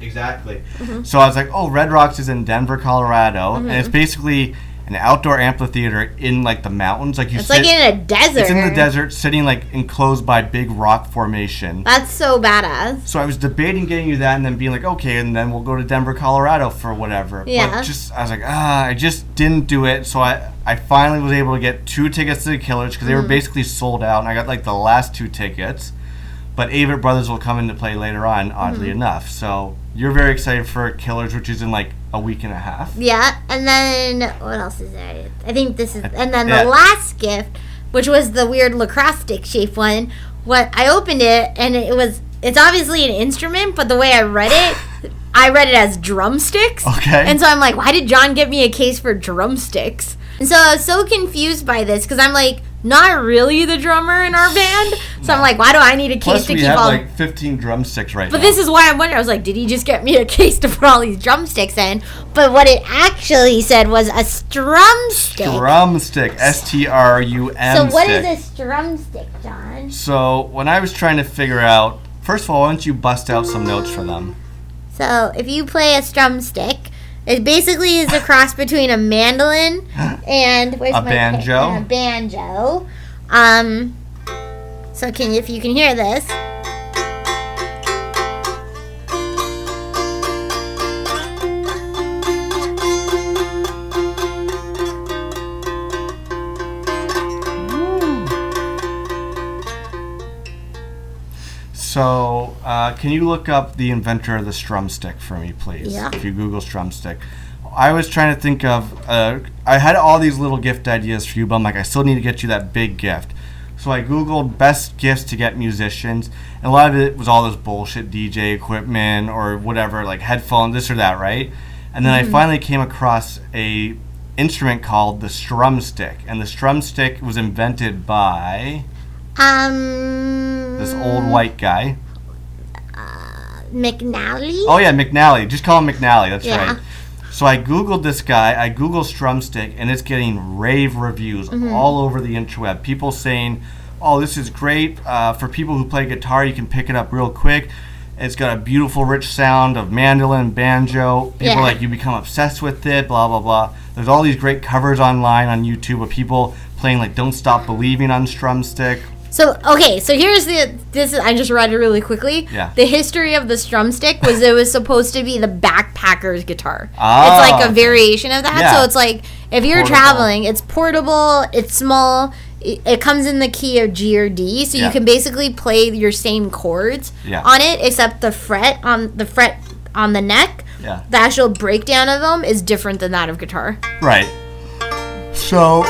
Speaker 3: Exactly.
Speaker 2: Mm-hmm.
Speaker 3: So I was like, oh, Red Rocks is in Denver, Colorado, and it's basically an outdoor amphitheater in like the mountains. Like you
Speaker 2: It's
Speaker 3: sit,
Speaker 2: like in a desert.
Speaker 3: it's in the desert, sitting like enclosed by big rock formation.
Speaker 2: That's so badass.
Speaker 3: So I was debating getting you that, and then being like, okay, and then we'll go to Denver, Colorado for whatever.
Speaker 2: Yeah.
Speaker 3: But just I was like, ah, I just didn't do it. So I I finally was able to get two tickets to the Killers because they
Speaker 2: Mm.
Speaker 3: were basically sold out, and I got like the last two tickets. But Avett Brothers will come into play later on, oddly
Speaker 2: Mm-hmm.
Speaker 3: enough. So you're very excited for Killers, which is in like a week and a half.
Speaker 2: Yeah. And then what else is there? I think this is. And then
Speaker 3: Yeah.
Speaker 2: the last gift, which was the weird lacrosse stick shape one. What I opened it and it was. It's obviously an instrument, but the way I read it, I read it as drumsticks.
Speaker 3: Okay.
Speaker 2: And so I'm like, why did John get me a case for drumsticks? And so I was so confused by this because I'm like, not really the drummer in our band. So I'm like, why do I need a case
Speaker 3: Plus,
Speaker 2: to
Speaker 3: we
Speaker 2: keep
Speaker 3: have
Speaker 2: all?
Speaker 3: like 15 drumsticks right
Speaker 2: But
Speaker 3: now.
Speaker 2: this is why I'm wondering. I was like, did he just get me a case to put all these drumsticks in? But what it actually said was a strumstick.
Speaker 3: drumstick, S T R U M.
Speaker 2: So what
Speaker 3: stick.
Speaker 2: is a strumstick, John?
Speaker 3: So when I was trying to figure out, first of all, why don't you bust out some notes for them?
Speaker 2: So if you play a strumstick, it basically is a cross between a mandolin and where's
Speaker 3: A
Speaker 2: my pen?
Speaker 3: banjo?
Speaker 2: And a banjo. Um. So can if you can hear this.
Speaker 3: So uh, can you look up the inventor of the strumstick for me, please?
Speaker 2: Yeah.
Speaker 3: If you Google strumstick. I was trying to think of. Uh, I had all these little gift ideas for you, but I'm like, I still need to get you that big gift. So I googled best gifts to get musicians, and a lot of it was all this bullshit DJ equipment or whatever, like headphones, this or that, right? And then I finally came across a instrument called the strumstick, and the strumstick was invented by
Speaker 2: Um.
Speaker 3: this old white guy.
Speaker 2: McNally.
Speaker 3: Oh yeah, McNally. Just call him McNally. That's
Speaker 2: Yeah.
Speaker 3: right. So I googled this guy. I googled Strumstick, and it's getting rave reviews
Speaker 2: Mm-hmm.
Speaker 3: all over the interweb. People saying, "Oh, this is great uh, for people who play guitar. You can pick it up real quick. It's got a beautiful, rich sound of mandolin, banjo. People
Speaker 2: Yeah.
Speaker 3: like you become obsessed with it. Blah blah blah. There's all these great covers online on YouTube of people playing like "Don't Stop Believing" on Strumstick.
Speaker 2: So okay, so here's the this is, I just read it really quickly.
Speaker 3: Yeah.
Speaker 2: The history of the strumstick was it was supposed to be the backpacker's guitar.
Speaker 3: Ah,
Speaker 2: it's like
Speaker 3: okay.
Speaker 2: a variation of that.
Speaker 3: Yeah.
Speaker 2: So it's like if you're
Speaker 3: Portable.
Speaker 2: traveling, it's portable, it's small, it, it comes in the key of G or D, so
Speaker 3: Yeah.
Speaker 2: you can basically play your same chords
Speaker 3: Yeah.
Speaker 2: on it except the fret on the fret on the neck.
Speaker 3: Yeah.
Speaker 2: The actual breakdown of them is different than that of guitar.
Speaker 3: Right. So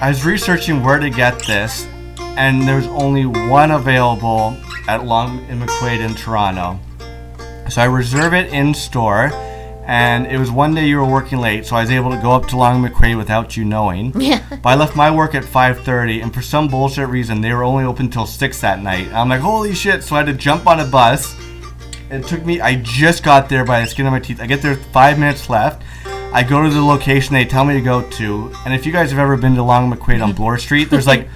Speaker 3: I was researching where to get this, and there's only one available at Long and McQuaid in Toronto. So I reserve it in store, and it was one day you were working late, so I was able to go up to Long and McQuaid without you knowing.
Speaker 2: Yeah.
Speaker 3: But I left my work at 5:30, and for some bullshit reason, they were only open till six that night. I'm like, holy shit! So I had to jump on a bus. It took me. I just got there by the skin of my teeth. I get there five minutes left. I go to the location they tell me to go to, and if you guys have ever been to Long and McQuaid on Bloor Street, there's like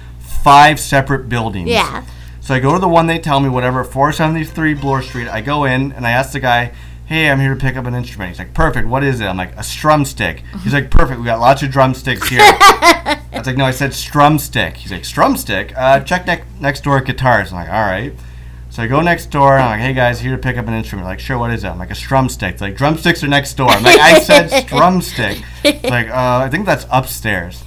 Speaker 3: five separate buildings.
Speaker 2: Yeah.
Speaker 3: So I go to the one they tell me, whatever, 473 Bloor Street. I go in and I ask the guy, hey, I'm here to pick up an instrument. He's like, perfect, what is it? I'm like, a strumstick. He's like, perfect, we got lots of drumsticks here. I was like, no, I said strumstick. He's like, strumstick? Uh, check ne- next door at guitars. I'm like, all right. So I go next door and I'm like, hey guys, here to pick up an instrument. Like, sure, what is it? I'm like, a strumstick. They're like, drumsticks are next door. I'm like, I said strumstick. It's like, uh, I think that's upstairs.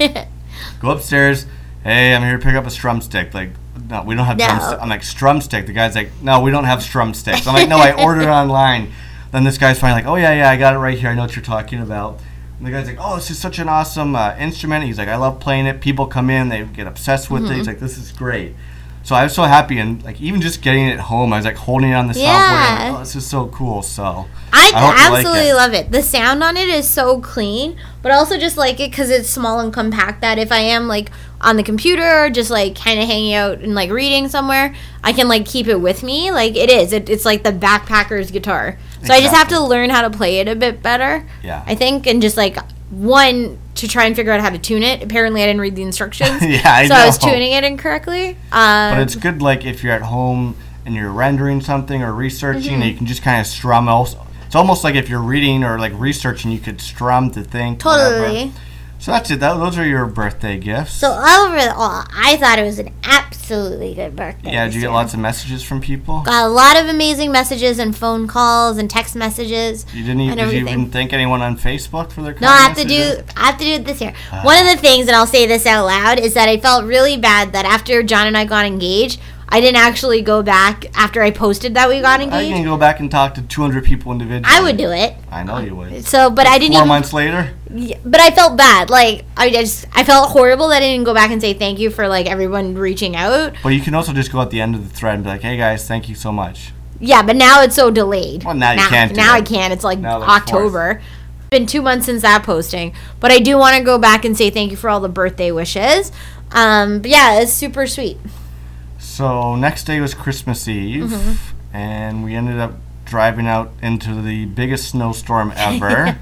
Speaker 3: Go upstairs. Hey, I'm here to pick up a strumstick. Like, no, we don't have
Speaker 2: No.
Speaker 3: drumstick. I'm like, strumstick. The guy's like, no, we don't have strumsticks. I'm like, no, I ordered it online. Then this guy's finally like, oh, yeah, yeah, I got it right here. I know what you're talking about. And the guy's like, oh, this is such an awesome uh, instrument. He's like, I love playing it. People come in, they get obsessed with it. He's like, this is great. So I was so happy. And, like, even just getting it home, I was like holding it on the software.
Speaker 2: Yeah.
Speaker 3: Like, oh, this is so cool. So,
Speaker 2: I,
Speaker 3: I hope you like
Speaker 2: absolutely
Speaker 3: it.
Speaker 2: love it. The sound on it is so clean, but I also just like it because it's small and compact. That if I am like on the computer, just like kind of hanging out and like reading somewhere, I can like keep it with me. Like it is, it, it's like the backpacker's guitar. So I just have
Speaker 3: Exactly.
Speaker 2: to learn how to play it a bit better.
Speaker 3: Yeah.
Speaker 2: I think, and just like one to try and figure out how to tune it. Apparently, I didn't read the instructions.
Speaker 3: Yeah, I
Speaker 2: so I was
Speaker 3: know.
Speaker 2: tuning it incorrectly. Um,
Speaker 3: But it's good, like if you're at home and you're rendering something or researching,
Speaker 2: Mm-hmm.
Speaker 3: you can just kind of strum. Also, it's almost like if you're reading or like researching, you could strum to think. whatever.
Speaker 2: totally.
Speaker 3: So that's it. That, those are your birthday gifts.
Speaker 2: So overall, I thought it was an absolutely good birthday.
Speaker 3: yeah,
Speaker 2: this
Speaker 3: do you get
Speaker 2: year.
Speaker 3: lots of messages from people?
Speaker 2: Got a lot of amazing messages and phone calls and text messages.
Speaker 3: You didn't even,
Speaker 2: and
Speaker 3: did you
Speaker 2: everything.
Speaker 3: even thank anyone on Facebook for their
Speaker 2: No, I have to do. I have to do it this year.
Speaker 3: Ah.
Speaker 2: One of the things, and I'll say this out loud, is that I felt really bad that after John and I got engaged, I didn't actually go back after I posted that we got
Speaker 3: I can
Speaker 2: engaged.
Speaker 3: go back and talk to 200 people individually.
Speaker 2: I would do it.
Speaker 3: I know you would.
Speaker 2: So, but I didn't
Speaker 3: Four
Speaker 2: even.
Speaker 3: months later,
Speaker 2: But I felt bad. Like I just, I felt horrible that I didn't go back and say thank you for like everyone reaching out.
Speaker 3: but you can also just go at the end of the thread and be like, "Hey guys, thank you so much."
Speaker 2: Yeah, but now it's so delayed.
Speaker 3: Well, now you can't do
Speaker 2: Now
Speaker 3: it.
Speaker 2: I can. It's like
Speaker 3: Now they're
Speaker 2: October. It's been two months since that posting, but I do want to go back and say thank you for all the birthday wishes. Um, but yeah, it's super sweet.
Speaker 3: So next day was Christmas Eve,
Speaker 2: Mm-hmm.
Speaker 3: and we ended up driving out into the biggest snowstorm ever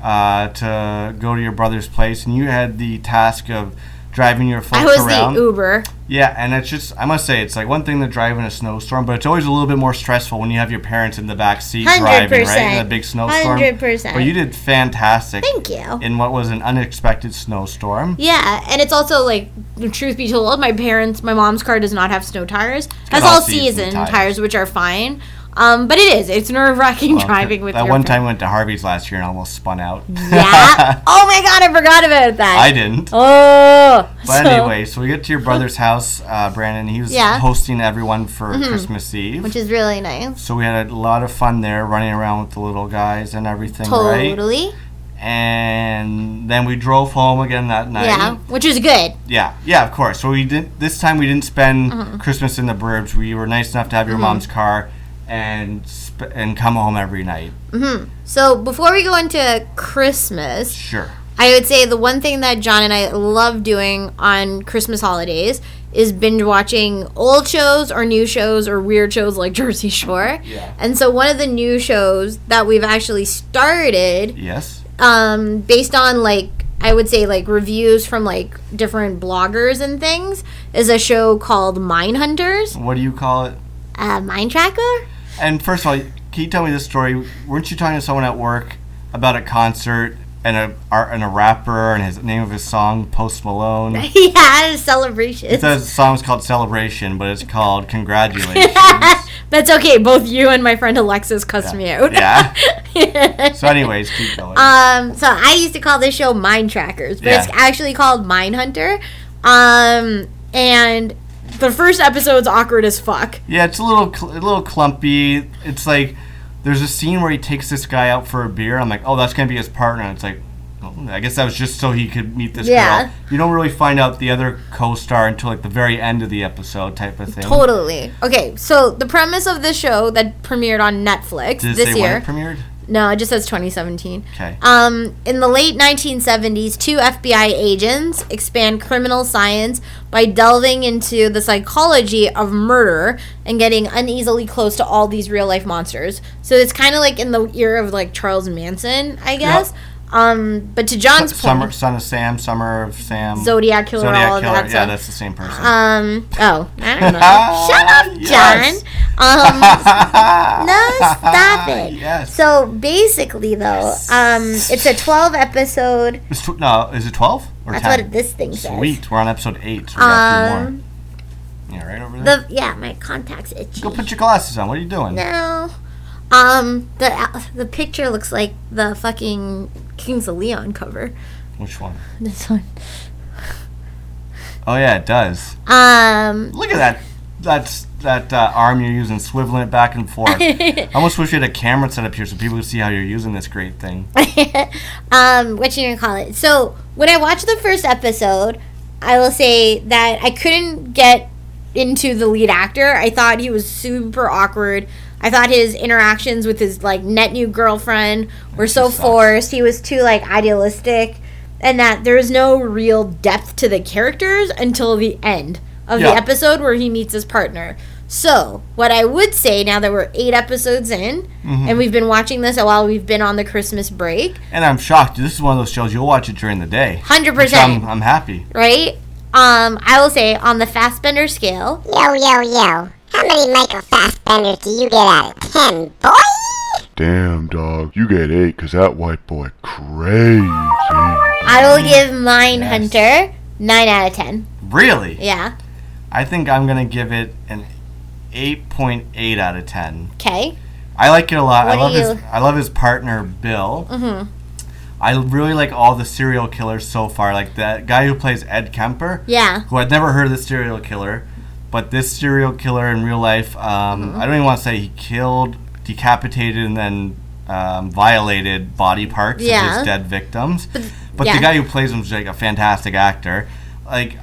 Speaker 3: uh, to go to your brother's place, and you had the task of driving your folks
Speaker 2: I was
Speaker 3: around.
Speaker 2: the Uber.
Speaker 3: Yeah, and it's just I must say it's like one thing to drive in a snowstorm, but it's always a little bit more stressful when you have your parents in the back seat driving, right? In a
Speaker 2: 100%.
Speaker 3: big snowstorm.
Speaker 2: 100%.
Speaker 3: But you did fantastic.
Speaker 2: Thank you.
Speaker 3: In what was an unexpected snowstorm.
Speaker 2: Yeah, and it's also like, truth be told, my parents, my mom's car does not have snow tires. That's
Speaker 3: all
Speaker 2: all
Speaker 3: season
Speaker 2: season
Speaker 3: tires.
Speaker 2: tires. which are fine. Um, but it is. It's nerve wracking driving with
Speaker 3: that
Speaker 2: your
Speaker 3: one
Speaker 2: parents.
Speaker 3: time we went to Harvey's last year and almost spun out.
Speaker 2: yeah. Oh my god, I forgot about that.
Speaker 3: I didn't.
Speaker 2: Oh.
Speaker 3: But
Speaker 2: so-
Speaker 3: anyway, so we get to your brother's house, uh, Brandon. He was
Speaker 2: Yeah. Mm-hmm.
Speaker 3: hosting everyone for Christmas Eve.
Speaker 2: Which is really nice.
Speaker 3: so we had a lot of fun there, running around with the little guys and everything, right?
Speaker 2: Totally.
Speaker 3: And then we drove home again that night.
Speaker 2: Yeah, which is good.
Speaker 3: Yeah, yeah, of course. So we did this time. We didn't spend
Speaker 2: Mm-hmm.
Speaker 3: Christmas in the burbs. We were nice enough to have your mom's car and sp- and come home every night.
Speaker 2: So before we go into Christmas,
Speaker 3: Sure.
Speaker 2: I would say the one thing that John and I love doing on Christmas holidays is binge watching old shows or new shows or weird shows like Jersey Shore.
Speaker 3: Yeah.
Speaker 2: And so one of the new shows that we've actually started
Speaker 3: Yes.
Speaker 2: um, based on like I would say like reviews from like different bloggers and things is a show called Mine Hunters,
Speaker 3: What do you call it?
Speaker 2: uh, Mine Tracker.
Speaker 3: And first of all, can you tell me this story? Weren't you talking to someone at work about a concert and a art and a rapper and his name of his song Post Malone? It
Speaker 2: yeah, celebrations.
Speaker 3: says the song's called Celebration, but it's called Congratulations.
Speaker 2: That's okay. Both you and my friend Alexis cussed me out.
Speaker 3: yeah. So, anyways, keep going.
Speaker 2: Um, so I used to call this show Mine Trackers, but it's
Speaker 3: Yeah.
Speaker 2: actually called Mine Hunter. Um, and the first episode's awkward as fuck.
Speaker 3: Yeah, it's a little cl- a little clumpy. It's like there's a scene where he takes this guy out for a beer. I'm like, oh, that's gonna be his partner. And it's like, oh, I guess that was just so he could meet this
Speaker 2: Yeah.
Speaker 3: girl. You don't really find out the other co-star until like the very end of the episode, type of thing.
Speaker 2: Totally. Okay, so the premise of this show that premiered on Netflix
Speaker 3: Did it
Speaker 2: this
Speaker 3: say
Speaker 2: year.
Speaker 3: when it premiered?
Speaker 2: No, it just says 2017.
Speaker 3: Okay.
Speaker 2: Um, in the late 1970s, two FBI agents expand criminal science by delving into the psychology of murder and getting uneasily close to all these real life monsters. So it's kind of like in the era of like Charles Manson, I guess. Um, but to John's
Speaker 3: Summer,
Speaker 2: point,
Speaker 3: son of Sam, summer of Sam,
Speaker 2: Zodiac killer, all
Speaker 3: Zodiac
Speaker 2: of
Speaker 3: killer.
Speaker 2: that
Speaker 3: yeah,
Speaker 2: stuff.
Speaker 3: that's the same person.
Speaker 2: Um. Oh, I don't know. Shut up, John.
Speaker 3: Yes.
Speaker 2: Um. no, stop it.
Speaker 3: Yes.
Speaker 2: So basically, though, um, it's a twelve episode.
Speaker 3: It's tw- no, is it twelve or
Speaker 2: That's
Speaker 3: ten?
Speaker 2: what this thing says. Um,
Speaker 3: Sweet, we're on episode eight. So we got three more. Yeah, right over there.
Speaker 2: The yeah, my contacts itchy.
Speaker 3: Go put your glasses on. What are you doing?
Speaker 2: no. Um. The the picture looks like the fucking Kings of Leon cover.
Speaker 3: Which one?
Speaker 2: This one.
Speaker 3: Oh yeah, it does.
Speaker 2: Um.
Speaker 3: Look at that. That's that uh, arm you're using, swiveling it back and forth. I almost wish we had a camera set up here so people could see how you're using this great thing.
Speaker 2: um, what you gonna call it? So when I watched the first episode, I will say that I couldn't get into the lead actor. I thought he was super awkward. I thought his interactions with his like net new girlfriend were so
Speaker 3: sucks.
Speaker 2: forced. He was too like idealistic, and that there is no real depth to the characters until the end of
Speaker 3: Yeah.
Speaker 2: the episode where he meets his partner. So, what I would say now that we're eight episodes in,
Speaker 3: Mm-hmm.
Speaker 2: and we've been watching this while we've been on the Christmas break,
Speaker 3: And I'm shocked. This is one of those shows you'll watch it during the day.
Speaker 2: hundred
Speaker 3: So I'm,
Speaker 2: percent,
Speaker 3: I'm happy.
Speaker 2: right? Um, I will say on the Fastbender scale,
Speaker 6: Yo, yo, yo. How many Michael Fassbenders do you get out of 10, boy?
Speaker 4: Damn, dog. You get eight because that white boy crazy.
Speaker 2: I will give Mine Hunter nine out of ten.
Speaker 3: Really?
Speaker 2: Yeah.
Speaker 3: I think I'm gonna give it an 8.8 out of 10.
Speaker 2: Okay.
Speaker 3: I like it a lot.
Speaker 2: What
Speaker 3: I
Speaker 2: do
Speaker 3: love his.
Speaker 2: you-
Speaker 3: I love his partner Bill. Mm-hmm. I really like all the serial killers so far. Like that guy who plays Ed Kemper.
Speaker 2: Yeah.
Speaker 3: who I'd never heard of the serial killer, but this serial killer in real life, um, I don't even want to say he killed, decapitated, and then um, violated body parts of
Speaker 2: Yeah.
Speaker 3: his dead victims. But,
Speaker 2: yeah.
Speaker 3: the guy who plays him is like a fantastic actor. Like,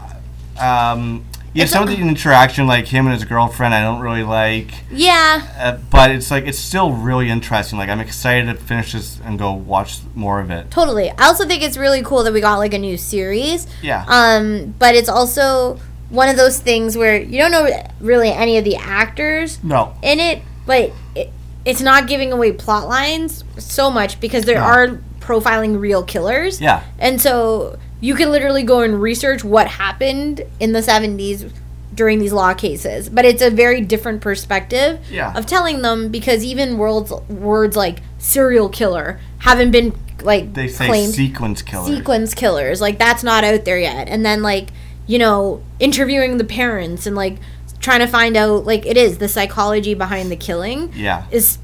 Speaker 3: um, yeah, some of the interaction, like him and his girlfriend, I don't really like.
Speaker 2: Yeah.
Speaker 3: Uh, but it's like it's still really interesting. Like I'm excited to finish this and go watch more of it.
Speaker 2: Totally. I also think it's really cool that we got like a new series.
Speaker 3: Yeah.
Speaker 2: Um, but it's also one of those things where you don't know really any of the actors
Speaker 3: no.
Speaker 2: in it, but it, it's not giving away plot lines so much because there are profiling real killers.
Speaker 3: Yeah.
Speaker 2: And so you can literally go and research what happened in the 70s during these law cases. But it's a very different perspective
Speaker 3: Yeah.
Speaker 2: of telling them because even words, words like serial killer haven't been like
Speaker 3: They say
Speaker 2: claimed
Speaker 3: sequence killer.
Speaker 2: sequence killers. Like that's not out there yet. And then like, you know, interviewing the parents and like trying to find out like it is the psychology behind the killing
Speaker 3: Yeah.
Speaker 2: is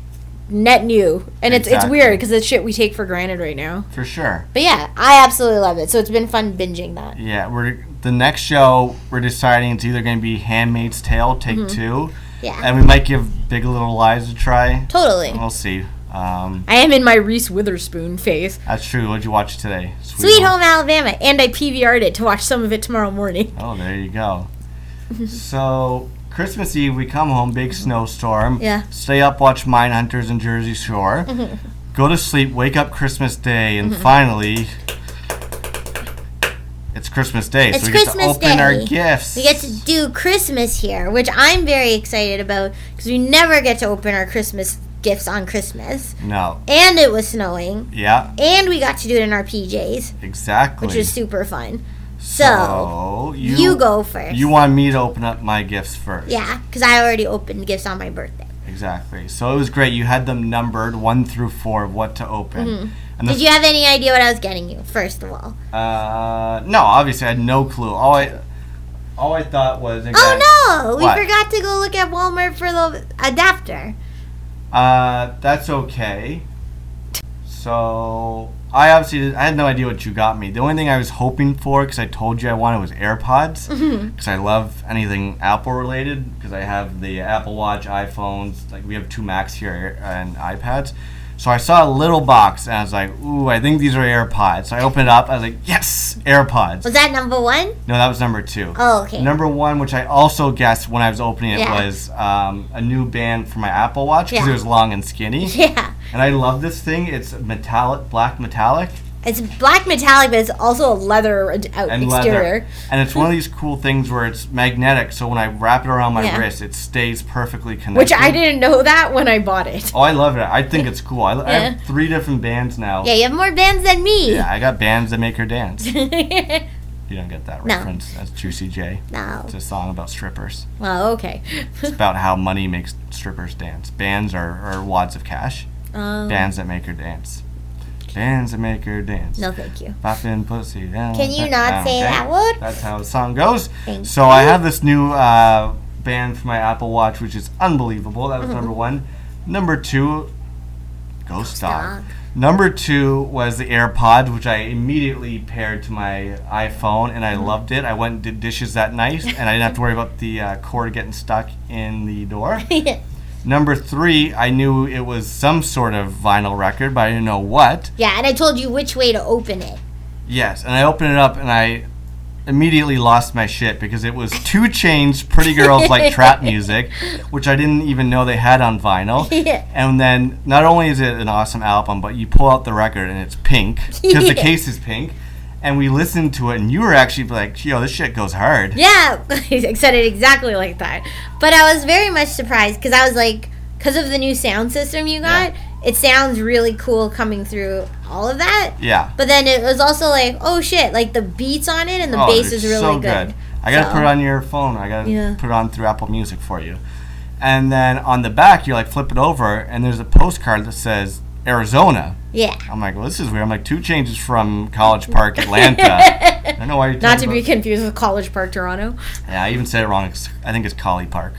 Speaker 2: net new. And it's it's
Speaker 3: Exactly.
Speaker 2: weird cuz it's shit we take for granted right now.
Speaker 3: For sure.
Speaker 2: But yeah, I absolutely love it. So it's been fun binging that.
Speaker 3: Yeah, we're the next show we're deciding it's either going to be Handmaid's Tale Take 2
Speaker 2: Mm-hmm. Yeah.
Speaker 3: and we might give Big Little Lies a try.
Speaker 2: Totally.
Speaker 3: We'll see. Um,
Speaker 2: I am in my Reese Witherspoon phase.
Speaker 3: that's true. What'd you watch today?
Speaker 2: Sweet Home Alabama and I PVR'd it to watch some of it tomorrow morning.
Speaker 3: Oh, there you go. so Christmas Eve, we come home, big snowstorm.
Speaker 2: Mm-hmm. Yeah. Mm-hmm.
Speaker 3: Stay up, watch Mindhunters and Jersey Shore. Go to sleep, wake up Christmas Day, and finally, it's Christmas Day.
Speaker 2: It's
Speaker 3: so we get to
Speaker 2: Christmas
Speaker 3: open our
Speaker 2: Day.
Speaker 3: gifts.
Speaker 2: We get to do Christmas here, which I'm very excited about because we never get to open our Christmas gifts on Christmas.
Speaker 3: no.
Speaker 2: And it was snowing.
Speaker 3: Yeah.
Speaker 2: And we got to do it in our PJs,
Speaker 3: Exactly.
Speaker 2: which was super fun.
Speaker 3: so,
Speaker 2: You, go first.
Speaker 3: You want me to open up my gifts first.
Speaker 2: yeah, because I already opened gifts on my birthday.
Speaker 3: Exactly. So it was great. You had them numbered one through four of what to open.
Speaker 2: Mm-hmm.
Speaker 3: And the
Speaker 2: Did you have any idea what I was getting you, first of all?
Speaker 3: Uh, no, obviously I had no clue. All I, all I thought was.
Speaker 2: Oh no! We
Speaker 3: What?
Speaker 2: forgot to go look at Walmart for the adapter.
Speaker 3: no! Uh, that's okay. So I obviously did, I had no idea what you got me. The only thing I was hoping for, because I told you I wanted, was AirPods, because
Speaker 2: Mm-hmm.
Speaker 3: I love anything Apple related. Because I have the Apple Watch, iPhones, like we have two Macs here and iPads. So I saw a little box and I was like, "Ooh, I think these are AirPods." So I opened it up. I was like, "Yes, AirPods."
Speaker 2: Was that number one?
Speaker 3: No, that was number two.
Speaker 2: Oh, okay.
Speaker 3: Number one, which I also guessed when I was opening it,
Speaker 2: Yeah.
Speaker 3: was um, a new band for my Apple Watch because
Speaker 2: Yeah.
Speaker 3: it was long and skinny.
Speaker 2: Yeah.
Speaker 3: And I love this thing. It's metallic, black metallic,
Speaker 2: It's black metallic, but it's also a leather ad- out
Speaker 3: and
Speaker 2: exterior.
Speaker 3: leather. And it's one of these cool things where it's magnetic, so when I wrap it around my
Speaker 2: Yeah.
Speaker 3: wrist, it stays perfectly connected.
Speaker 2: Which I didn't know that when I bought it.
Speaker 3: Oh, I love it. I think it's cool. I, I
Speaker 2: Yeah.
Speaker 3: have three different bands now.
Speaker 2: Yeah, you have more bands than me.
Speaker 3: Yeah, I got bands that make her dance. you don't get that reference. That's Juicy J.
Speaker 2: No.
Speaker 3: It's a song about strippers.
Speaker 2: Well, okay.
Speaker 3: about how money makes strippers dance. Bands are, are wads of cash.
Speaker 2: Um,
Speaker 3: Bands that make her dance. Bands that make her dance.
Speaker 2: no, thank you.
Speaker 3: Poppin' pussy down.
Speaker 2: Can you not
Speaker 3: down,
Speaker 2: say
Speaker 3: down.
Speaker 2: that word?
Speaker 3: That's how the song goes.
Speaker 2: Thank
Speaker 3: so I have this new uh, band for my Apple Watch, which is unbelievable. That was number one. Number two, Mm-hmm. Ghost, Dog.
Speaker 2: Dog.
Speaker 3: Number two was the AirPod, which I immediately paired to my iPhone, and I loved it. I went and did dishes that night, and I didn't have to worry about the uh, cord getting stuck in the door. Number three, I knew it was some sort of vinyl record, but I didn't know what.
Speaker 2: Yeah, and I told you which way to open it.
Speaker 3: Yes, and I opened it up and I immediately lost my shit because it was Two Chains Pretty Girls Like Trap Music, which I didn't even know they had on vinyl.
Speaker 2: Yeah.
Speaker 3: And then not only is it an awesome album, but you pull out the record and it's pink because the
Speaker 2: Yeah.
Speaker 3: case is pink. And we listened to it and you were actually like, yo, this shit goes hard.
Speaker 2: Yeah, I said it exactly like that. But I was very much surprised because I was like, because of the new sound system you got, it sounds really cool coming through all of that.
Speaker 3: Yeah.
Speaker 2: But then it was also like, oh shit, like the beats on it and the
Speaker 3: Oh,
Speaker 2: bass
Speaker 3: they're
Speaker 2: is really
Speaker 3: so
Speaker 2: good.
Speaker 3: I gotta
Speaker 2: So-
Speaker 3: put it on your phone. I gotta
Speaker 2: Yeah.
Speaker 3: put it on through Apple Music for you. And then on the back, you like flip it over, and there's a postcard that says Arizona.
Speaker 2: Yeah.
Speaker 3: I'm like, well, this is weird. I'm like, two changes from College Park, Atlanta. I don't know why you're
Speaker 2: Not to
Speaker 3: talking
Speaker 2: be
Speaker 3: about-
Speaker 2: confused with College Park, Toronto.
Speaker 3: Yeah, I even said it wrong. It's- I think it's Collie Park.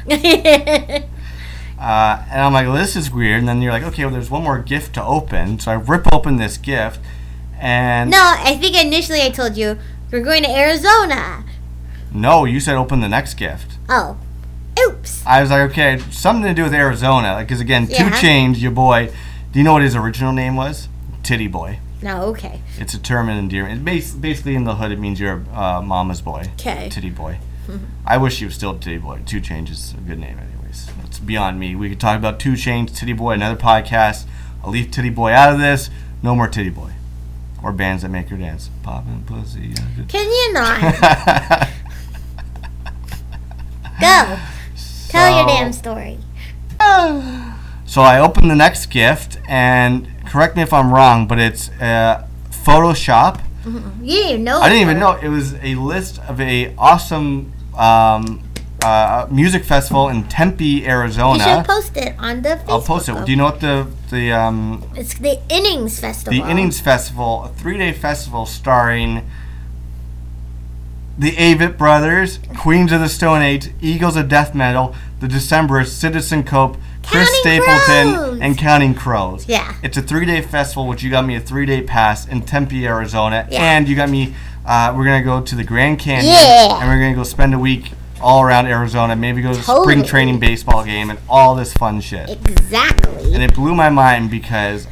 Speaker 3: Uh, and I'm like, well, this is weird. And then you're like, okay, well, there's one more gift to open. So I rip open this gift, and
Speaker 2: No, I think initially I told you we're going to Arizona.
Speaker 3: no, you said open the next gift.
Speaker 2: Oh, oops.
Speaker 3: I was like, okay, something to do with Arizona, because again,
Speaker 2: Yeah.
Speaker 3: Two Chains, your boy. Do you know what his original name was? Titty Boy.
Speaker 2: No, okay.
Speaker 3: It's a term in endearment. It's bas- basically in the hood, it means you're a uh, mama's boy.
Speaker 2: 'Kay.
Speaker 3: Titty Boy. I wish he was still Titty Boy. Two Change is a good name, anyways. It's beyond me. We could talk about Two Change, Titty Boy, another podcast. I'll leave Titty Boy out of this. No more Titty Boy. Or bands that make her dance. Poppin' pussy. yeah, good-
Speaker 2: Can you not? Go. Tell your
Speaker 3: So-
Speaker 2: damn story.
Speaker 3: So I open the next gift, and correct me if I'm wrong, but it's uh, Photoshop.
Speaker 2: You didn't even know.
Speaker 3: I didn't even know it was a list of a awesome um, uh, music festival in Tempe,
Speaker 2: You should
Speaker 3: Arizona.
Speaker 2: post it on the Facebook.
Speaker 3: I'll post it. Do you know what the the um,
Speaker 2: It's the Innings Festival.
Speaker 3: the Innings Festival, a three-day festival starring the Avett Brothers, Queens of the Stone Age, Eagles of Death Metal, The Decemberists, Citizen Cope, Chris
Speaker 2: Counting
Speaker 3: Stapleton,
Speaker 2: Crows.
Speaker 3: and Counting Crows.
Speaker 2: Yeah.
Speaker 3: It's a three-day festival, which you got me a three-day pass in Tempe, Arizona,
Speaker 2: Yeah.
Speaker 3: and you got me. Uh, we're gonna go to the Grand Canyon,
Speaker 2: Yeah.
Speaker 3: and we're gonna go spend a week all around Arizona. Maybe go to a
Speaker 2: Totally.
Speaker 3: spring training baseball game and all this fun shit
Speaker 2: Exactly.
Speaker 3: and it blew my mind because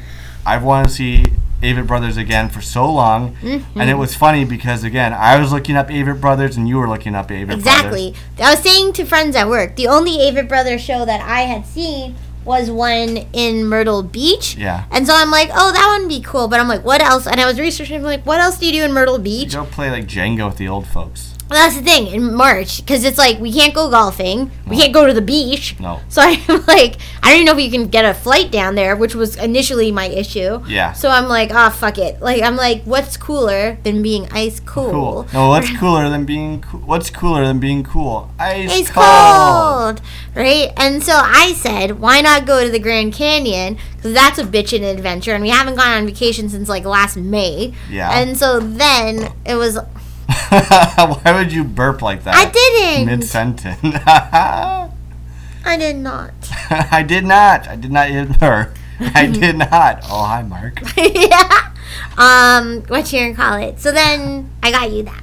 Speaker 3: I've wanted to see Avett Brothers again for so long, and
Speaker 2: Mm-hmm.
Speaker 3: it was funny because again I was looking up Avett Brothers and you were looking up Avett Brothers.
Speaker 2: Exactly. I was saying to friends at work, the only Avett Brothers show that I had seen was one in Myrtle Beach.
Speaker 3: Yeah.
Speaker 2: And so I'm like, oh, that would be cool. But I'm like, what else? And I was researching, like, what else do you do in Myrtle
Speaker 3: You
Speaker 2: Beach?
Speaker 3: Go play like Django with the old folks.
Speaker 2: Well, that's the thing in March because it's like we can't go golfing, we can't go to the beach.
Speaker 3: No.
Speaker 2: So I'm like, I don't even know if you can get a flight down there, which was initially my issue.
Speaker 3: Yeah.
Speaker 2: So I'm like, ah, fuck it. Like I'm like, what's cooler than being ice cool?
Speaker 3: Cool. No, what's cooler than being cool? What's cooler than being cool? Ice,
Speaker 2: It's
Speaker 3: cold.
Speaker 2: cold, right? And so I said, why not go to the Grand Canyon? Because that's a bitchin' adventure, and we haven't gone on vacation since like last May.
Speaker 3: Yeah.
Speaker 2: And so then it was,
Speaker 3: Why would you burp like that?
Speaker 2: I didn't.
Speaker 3: Mid sentence. I
Speaker 2: I did not.
Speaker 3: did not. I did not hit her. I did not. Oh, hi, Mark.
Speaker 2: yeah. Um, what you gonna call it? So then I got you that.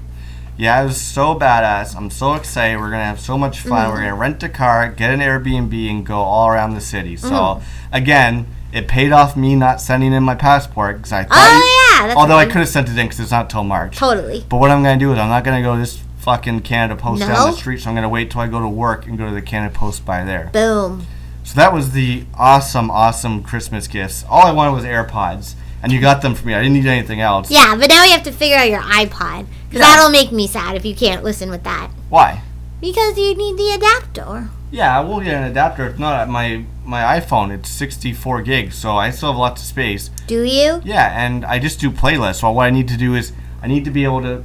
Speaker 3: Yeah, it was so badass. I'm so excited. We're gonna have so much fun.
Speaker 2: Mm-hmm.
Speaker 3: We're gonna rent a car, get an Airbnb, and go all around the city. So
Speaker 2: Mm-hmm.
Speaker 3: again, it paid off me not sending in my passport because I thought.
Speaker 2: Oh yeah, that's
Speaker 3: although I
Speaker 2: fine.
Speaker 3: could have sent it in because it's not till March.
Speaker 2: totally.
Speaker 3: But what I'm gonna do is I'm not gonna go to this fucking Canada Post down
Speaker 2: No.
Speaker 3: the street. So I'm gonna wait till I go to work and go to the Canada Post by there.
Speaker 2: Boom.
Speaker 3: So that was the awesome, awesome Christmas gifts. All I wanted was AirPods, and you got them for me. I didn't need anything else.
Speaker 2: Yeah, but now we have to figure out your iPod because that'll make me sad if you can't listen with that
Speaker 3: Why?
Speaker 2: because you need the adapter.
Speaker 3: Yeah, I will get an adapter. It's not my my iPhone. It's 64 gigs, so I still have lots of space.
Speaker 2: Do you?
Speaker 3: Yeah, and I just do playlists. So what I need to do is I need to be able to,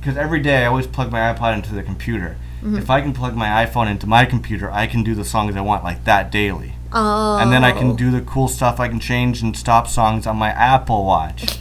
Speaker 3: because every day I always plug my iPod into the computer. If I can plug my iPhone into my computer, I can do the songs I want like that daily,
Speaker 2: Oh.
Speaker 3: and then I can do the cool stuff. I can change and stop songs on my Apple Watch.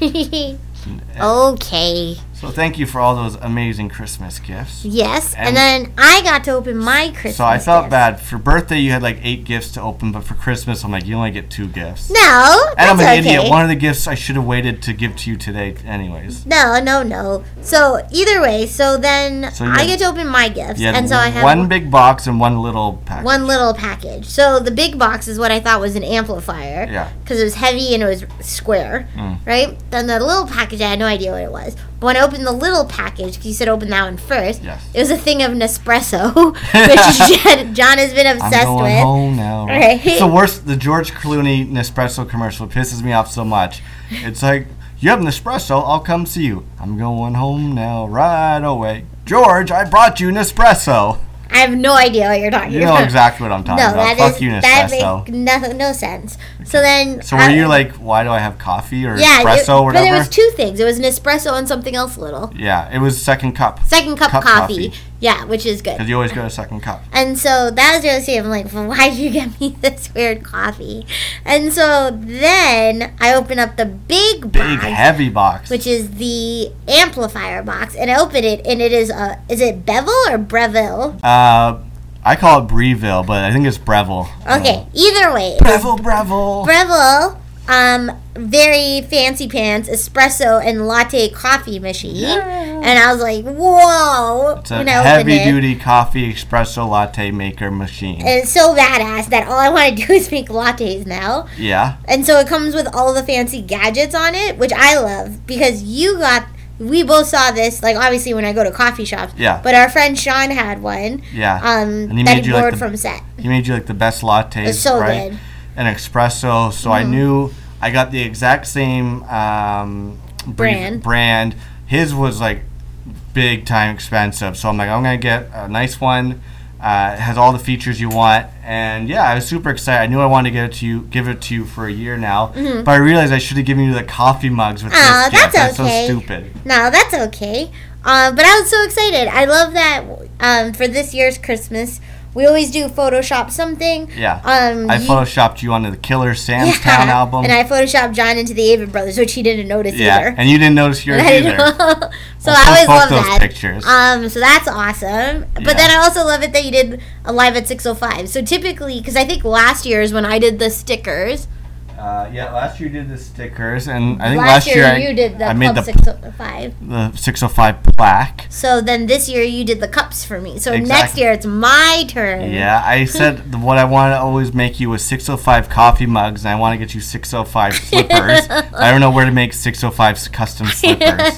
Speaker 2: Oh. okay.
Speaker 3: so thank you for all those amazing Christmas gifts.
Speaker 2: Yes, and,
Speaker 3: And-
Speaker 2: then I got to open my Christmas.
Speaker 3: So I felt
Speaker 2: gifts.
Speaker 3: bad. For birthday, you had like eight gifts to open, but for Christmas, I'm like, you only get two gifts.
Speaker 2: No, that's
Speaker 3: And I'm an
Speaker 2: okay.
Speaker 3: idiot. One of the gifts I should have waited to give to you today, anyways.
Speaker 2: no, no, no. So either way, so then
Speaker 3: So you
Speaker 2: I
Speaker 3: had-
Speaker 2: get to open my gifts,
Speaker 3: Yeah,
Speaker 2: and so I have
Speaker 3: one big box and one little package.
Speaker 2: one little package. So the big box is what I thought was an amplifier.
Speaker 3: Yeah. Mm.
Speaker 2: Because it was heavy and it was square, right? Then the little package, I had no idea what it was. But when I opened the little package, 'cause you said open that one first.
Speaker 3: Yes.
Speaker 2: It was a thing of Nespresso, which John has been
Speaker 3: I'm
Speaker 2: obsessed
Speaker 3: going
Speaker 2: with.
Speaker 3: home now.
Speaker 2: Right.
Speaker 3: It's the worst. The George Clooney Nespresso commercial pisses me off so much. It's like, you have Nespresso. I'll come see you. I'm going home now, right away. George, I brought you Nespresso.
Speaker 2: I have no idea what you're talking
Speaker 3: You
Speaker 2: about.
Speaker 3: know exactly what I'm talking
Speaker 2: No,
Speaker 3: about.
Speaker 2: that
Speaker 3: Fuck
Speaker 2: is
Speaker 3: you,
Speaker 2: that
Speaker 3: Nespresso.
Speaker 2: makes no, no sense. So then,
Speaker 3: so were
Speaker 2: I-
Speaker 3: you like, why do I have coffee or
Speaker 2: yeah, it-
Speaker 3: espresso or
Speaker 2: But
Speaker 3: whatever?
Speaker 2: there was two things. It was an espresso and something else little.
Speaker 3: yeah, it was second cup.
Speaker 2: Second cup,
Speaker 3: Cup
Speaker 2: coffee.
Speaker 3: coffee.
Speaker 2: Yeah, which is good.
Speaker 3: Because you always go to second cup.
Speaker 2: And so that was the other thing. I'm like, well, why'd you get me this weird coffee? And so then I open up the big
Speaker 3: Big,
Speaker 2: box,
Speaker 3: heavy box.
Speaker 2: which is the amplifier box, and I open it, and it is a is it Bevel or Breville?
Speaker 3: Uh, I call it Breville, but I think it's Breville.
Speaker 2: Okay, either way, it is
Speaker 3: Breville, Breville.
Speaker 2: Breville, um, very fancy pants, espresso and latte coffee machine. And I was like, whoa.
Speaker 3: It's a
Speaker 2: when I opened
Speaker 3: heavy
Speaker 2: it.
Speaker 3: duty coffee espresso latte maker machine.
Speaker 2: And it's so badass that all I want to do is make lattes now.
Speaker 3: yeah.
Speaker 2: And so it comes with all the fancy gadgets on it, which I love because you got we both saw this. Like obviously when I go to coffee shops.
Speaker 3: Yeah.
Speaker 2: But our friend Sean had one.
Speaker 3: Yeah.
Speaker 2: Um,
Speaker 3: And he
Speaker 2: that
Speaker 3: made
Speaker 2: he
Speaker 3: you, like,
Speaker 2: borrowed
Speaker 3: the-
Speaker 2: from set.
Speaker 3: He made you like the best lattes,
Speaker 2: It's so
Speaker 3: right?
Speaker 2: good.
Speaker 3: An espresso. So
Speaker 2: Mm-hmm.
Speaker 3: I knew I got the exact same um, brief-
Speaker 2: Brand.
Speaker 3: Brand. His was like big time expensive. So I'm like, I'm gonna get a nice one. Uh, it has all the features you want, and yeah, I was super excited. I knew I wanted to get it to you, give it to you for a year now, but I realized I should have given you the coffee mugs with
Speaker 2: Mm-hmm. Aw,
Speaker 3: this gift.
Speaker 2: that's okay.
Speaker 3: so stupid.
Speaker 2: No, that's okay. Um, but I was so excited. I love that um, for this year's Christmas. We always do Photoshop something.
Speaker 3: Yeah.
Speaker 2: Um,
Speaker 3: I
Speaker 2: you-
Speaker 3: photoshopped you onto the Killer Sam's Town album.
Speaker 2: And I photoshopped John into the Avid Brothers, which he didn't notice
Speaker 3: yeah,
Speaker 2: either.
Speaker 3: and you didn't notice yours
Speaker 2: I
Speaker 3: either.
Speaker 2: know. so
Speaker 3: We'll
Speaker 2: I always
Speaker 3: post both
Speaker 2: love
Speaker 3: those
Speaker 2: that.
Speaker 3: pictures.
Speaker 2: Um, so that's awesome. But
Speaker 3: Yeah.
Speaker 2: then I also love it that you did a live at 6:05. So typically, because I think last year is when I did the stickers.
Speaker 3: Uh, yeah, last year you did the stickers, and I think
Speaker 2: Last,
Speaker 3: last,
Speaker 2: year,
Speaker 3: I,
Speaker 2: you did the
Speaker 3: I
Speaker 2: Club
Speaker 3: made the,
Speaker 2: 605.
Speaker 3: the 605 plaque.
Speaker 2: So then this year you did the cups for me. So next
Speaker 3: Exactly.
Speaker 2: year it's my turn.
Speaker 3: Yeah, I said th- what I want to always make you was 605 coffee mugs, and I want to get you 605 slippers. I don't know where to make 605 's custom slippers.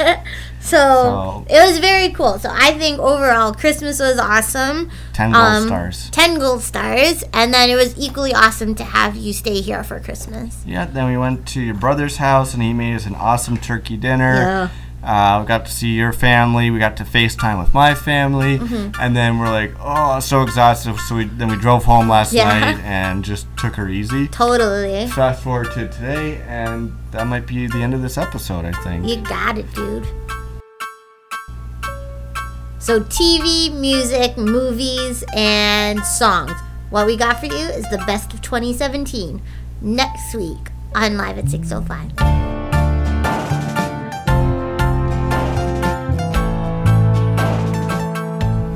Speaker 2: So,
Speaker 3: So-
Speaker 2: it was very cool. So I think overall Christmas was awesome.
Speaker 3: 10 gold
Speaker 2: Um,
Speaker 3: stars.
Speaker 2: 10 gold stars. And then it was equally awesome to have you stay here for Christmas.
Speaker 3: Yeah, then we went to your brother's house, and he made us an awesome turkey dinner. Uh, we got to see your family. We got to FaceTime with my family,
Speaker 2: Mm-hmm.
Speaker 3: and then we're like, oh, so exhausted. So we then we drove home last
Speaker 2: Yeah.
Speaker 3: night and just took her easy.
Speaker 2: Totally.
Speaker 3: Fast forward to today, and that might be the end of this episode. I think.
Speaker 2: You got it, dude. So TV, music, movies, and songs. What we got for you is the best of 2017 next week on Live at 605.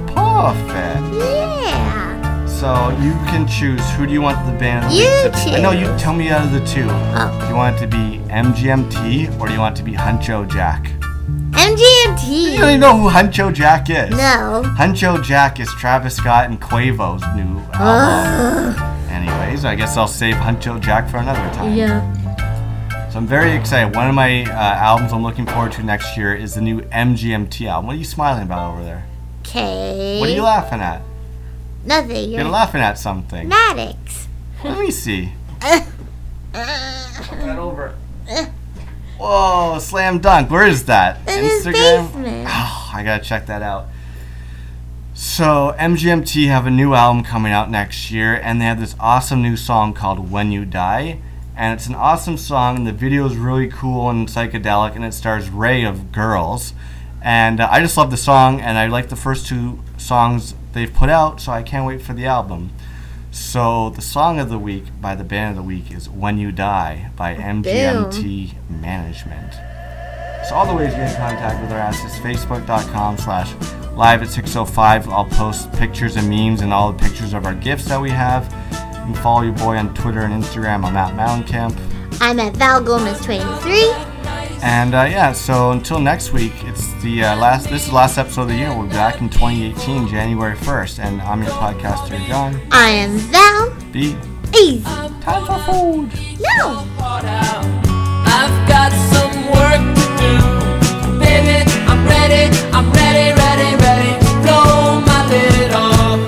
Speaker 3: Perfect.
Speaker 2: Yeah.
Speaker 3: So you can choose who do you want the band. of the
Speaker 2: You
Speaker 3: week to be. I know you
Speaker 2: choose.
Speaker 3: tell me out of the two.
Speaker 2: Oh.
Speaker 3: Do you want it to be MGMT or do you want it to be Huncho Jack? You don't
Speaker 2: MGMT.
Speaker 3: even know who Huncho Jack is.
Speaker 2: No.
Speaker 3: Huncho Jack is Travis Scott and Quavo's new album. Anyways, I guess I'll save Huncho Jack for another time.
Speaker 2: Yeah.
Speaker 3: So I'm very excited. One of my uh, albums I'm looking forward to next year is the new MGMT album. What are you smiling about over there?
Speaker 2: Okay.
Speaker 3: What are you laughing at?
Speaker 2: Nothing.
Speaker 3: You're
Speaker 2: You're
Speaker 3: laughing at something.
Speaker 2: Maddox.
Speaker 3: Let me see.
Speaker 2: Uh,
Speaker 3: That over. Whoa, slam dunk. Where is that?
Speaker 2: in his basement.
Speaker 3: Oh, I gotta check that out. So MGMT have a new album coming out next year, and they have this awesome new song called "When You Die," and it's an awesome song. And the video is really cool and psychedelic, and it stars Ray of Girls. And uh, I just love the song, and I like the first two songs they've put out, so I can't wait for the album. So the song of the week by the band of the week is "When You Die" by MGMT Management. So all the ways you get in contact with our ass is facebook.com slash live at 605. I'll post pictures and memes and all the pictures of our gifts that we have. You can follow your boy on Twitter and Instagram. I'm at Mountcamp.
Speaker 2: I'm at Val Gomez 23.
Speaker 3: And uh, yeah, so until next week, it's the uh, last, this is the last episode of the year. We'll be back in 2018, January 1st. And I'm your podcaster, John
Speaker 2: I am Val.
Speaker 3: B.
Speaker 2: Easy.
Speaker 3: Time for food.
Speaker 2: No.
Speaker 7: I've got some work to do. Baby, I'm ready, I'm ready, ready, ready. Blow my lid off.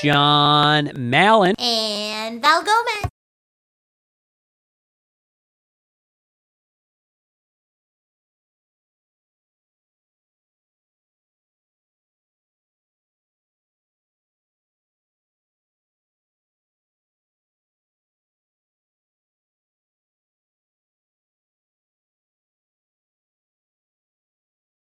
Speaker 8: John Mallon.
Speaker 2: and Val Gomez.